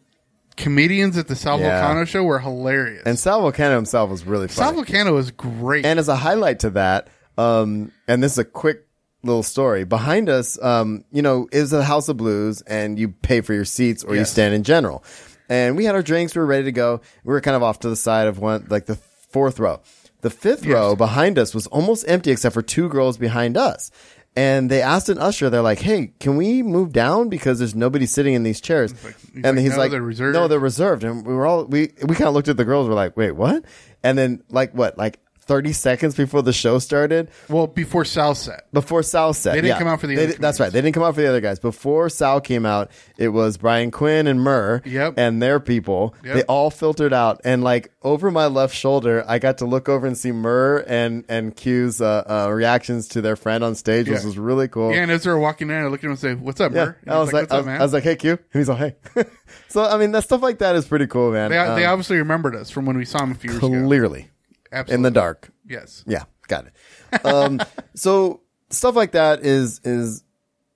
comedians at the Sal
Yeah.
Volcano show were hilarious.
and Sal Volcano himself was really
Sal
funny.
Volcano was great.
and as a highlight to that, um, and this is a quick little story. Behind us, um, you know, is the House of Blues, and you pay for your seats or you
Yes.
stand in general. And we had our drinks, we were ready to go. We were kind of off to the side of one, like the fourth row. The fifth row behind us was almost empty except for two girls behind us. And they asked an usher, they're like, hey, can we move down? Because there's nobody sitting in these chairs. and
like,
he's
"No,
like,
they're reserved."
no, they're reserved. And we were all, we, we kind of looked at the girls, we're like, wait, what? And then, like, what, like 30 seconds before the show started,
well, before Sal set.
before Sal said,
They didn't
yeah.
come out for the
They
other
di- That's
comedians.
right. They didn't come out for the other guys. Before Sal came out, it was Brian Quinn and Murr
Yep.
and their people.
Yep.
They all filtered out, and like over my left shoulder, I got to look over and see Murr and and Q's uh, uh, reactions to their friend on stage, which
Yeah.
was really cool.
Yeah, and as they were walking in, I looked at him and said, What's up,
Yeah.
Murr? And
I was like, I, was, I was like, hey Q, and he's like, hey. so I mean, that stuff like that is pretty cool, man.
they, they
Um,
obviously remembered us from when we saw him a few years ago.
clearly
Absolutely.
in the dark.
Yes.
Yeah, got it. Um, so stuff like that is is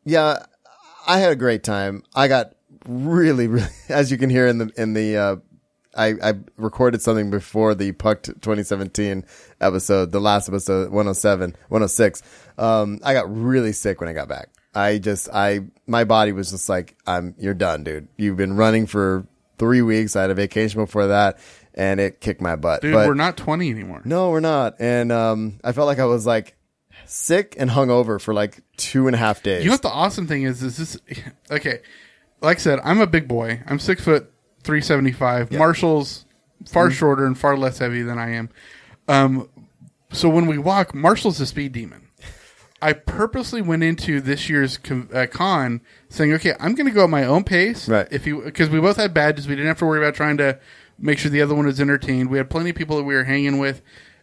yeah. I had a great time. I got really, really, as you can hear in the in the. Uh, I, I recorded something before the Pucked 2017 episode, the last episode, 107, 106. Um, I got really sick when I got back. I just, I, my body was just like, I'm, you're done, dude. You've been running for three weeks. I had a vacation before that and it kicked my butt.
Dude,
But-
we're not 20 anymore.
no, we're not. And um, I felt like I was like sick and hungover for like two and a half days.
You know what the awesome thing is? Is this okay? Like I said, I'm a big boy. I'm six foot three seventy five. Marshall's far
Mm-hmm.
shorter and far less heavy than I am. Um, so when we walk, Marshall's a speed demon. I purposely went into this year's con, uh, con saying, okay, I'm going to go at my own pace.
Right.
If you because we both had badges, we didn't have to worry about trying to make sure the other one was entertained. We had plenty of people that we were hanging with,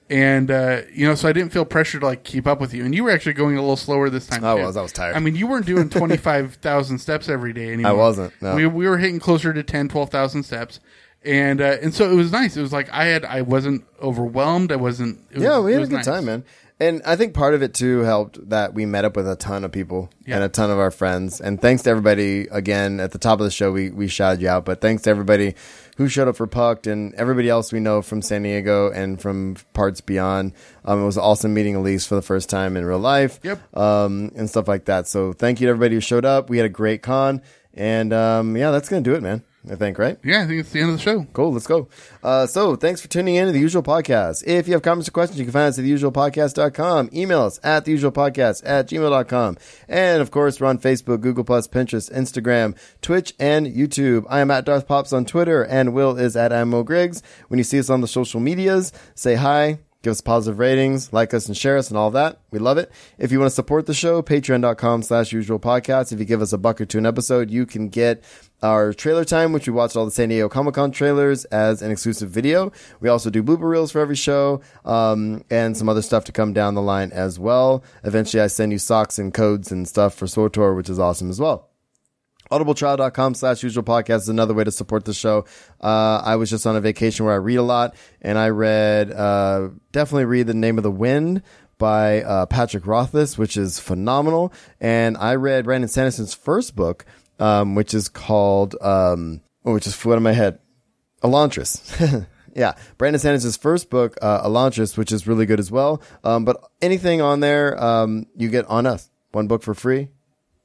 and uh, you know, so I didn't feel pressure to like keep up with you. And you were actually going a little slower this time.
I
too.
was. I was tired.
I mean, you weren't doing twenty five thousand steps every day anymore.
wasn't, no.
We we were hitting closer to 10 12,000 steps. And uh, and so it was nice. It was like I had I wasn't overwhelmed. I wasn't. It was,
yeah, we
it
had a
was
good
nice.
time, man. And I think part of it too helped that we met up with a ton of people
Yeah.
and a ton of our friends. And thanks to everybody again at the top of the show, we we shouted you out. But thanks to everybody who showed up for Pucked and everybody else we know from San Diego and from parts beyond. Um, it was awesome meeting Elise for the first time in real life.
Yep.
Um, and stuff like that. So thank you to everybody who showed up. We had a great con, and um, yeah, that's gonna do it, man. I think right.
Yeah, I think it's the end of the show.
Cool, let's go. Uh, so thanks for tuning in to the usual podcast. If you have comments or questions, you can find us at theusualpodcast.com. Email us at theusualpodcast at gmail.com. And of course, we're on Facebook, Google Plus, Pinterest, Instagram, Twitch, and YouTube. I am at Darth Pops on Twitter and Will is at I'm Mo Griggs. When you see us on the social medias, say hi. Give us positive ratings, like us and share us and all that. We love it. If you want to support the show, patreon.com slash usual podcast. If you give us a buck or two an episode, you can get our trailer time, which we watched all the San Diego Comic Con trailers as an exclusive video. We also do blooper reels for every show, um, and some other stuff to come down the line as well. Eventually I send you socks and codes and stuff for SWTOR, which is awesome as well audibletrial.com slash usual podcast is another way to support the show uh, i was just on a vacation where i read a lot and i read uh, definitely read the name of the wind by uh, patrick rothfuss which is phenomenal and i read brandon sanderson's first book um, which is called um, oh, which just flew out of my head Elantris. yeah, Brandon Sanderson's first book, uh, Elantris, which is really good as well. Um, but anything on there, um, you get on us one book for free,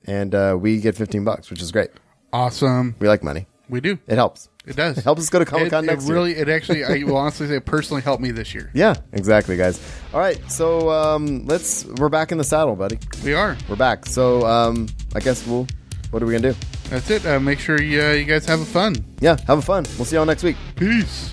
and uh, we get fifteen bucks, which is great.
Awesome.
We like money;
We do.
it helps.
It does.
It helps us go to Comic-Con
It-
next
It
year.
really, it actually, I will honestly say, personally helped me this year.
Yeah, exactly, guys. All right, so um, let's we're back in the saddle, buddy.
We are.
We're back. So um, I guess we'll. What are we gonna do?
That's it. Uh, make sure you, uh, you guys have fun.
Yeah, have a fun. We'll see y'all next week.
Peace.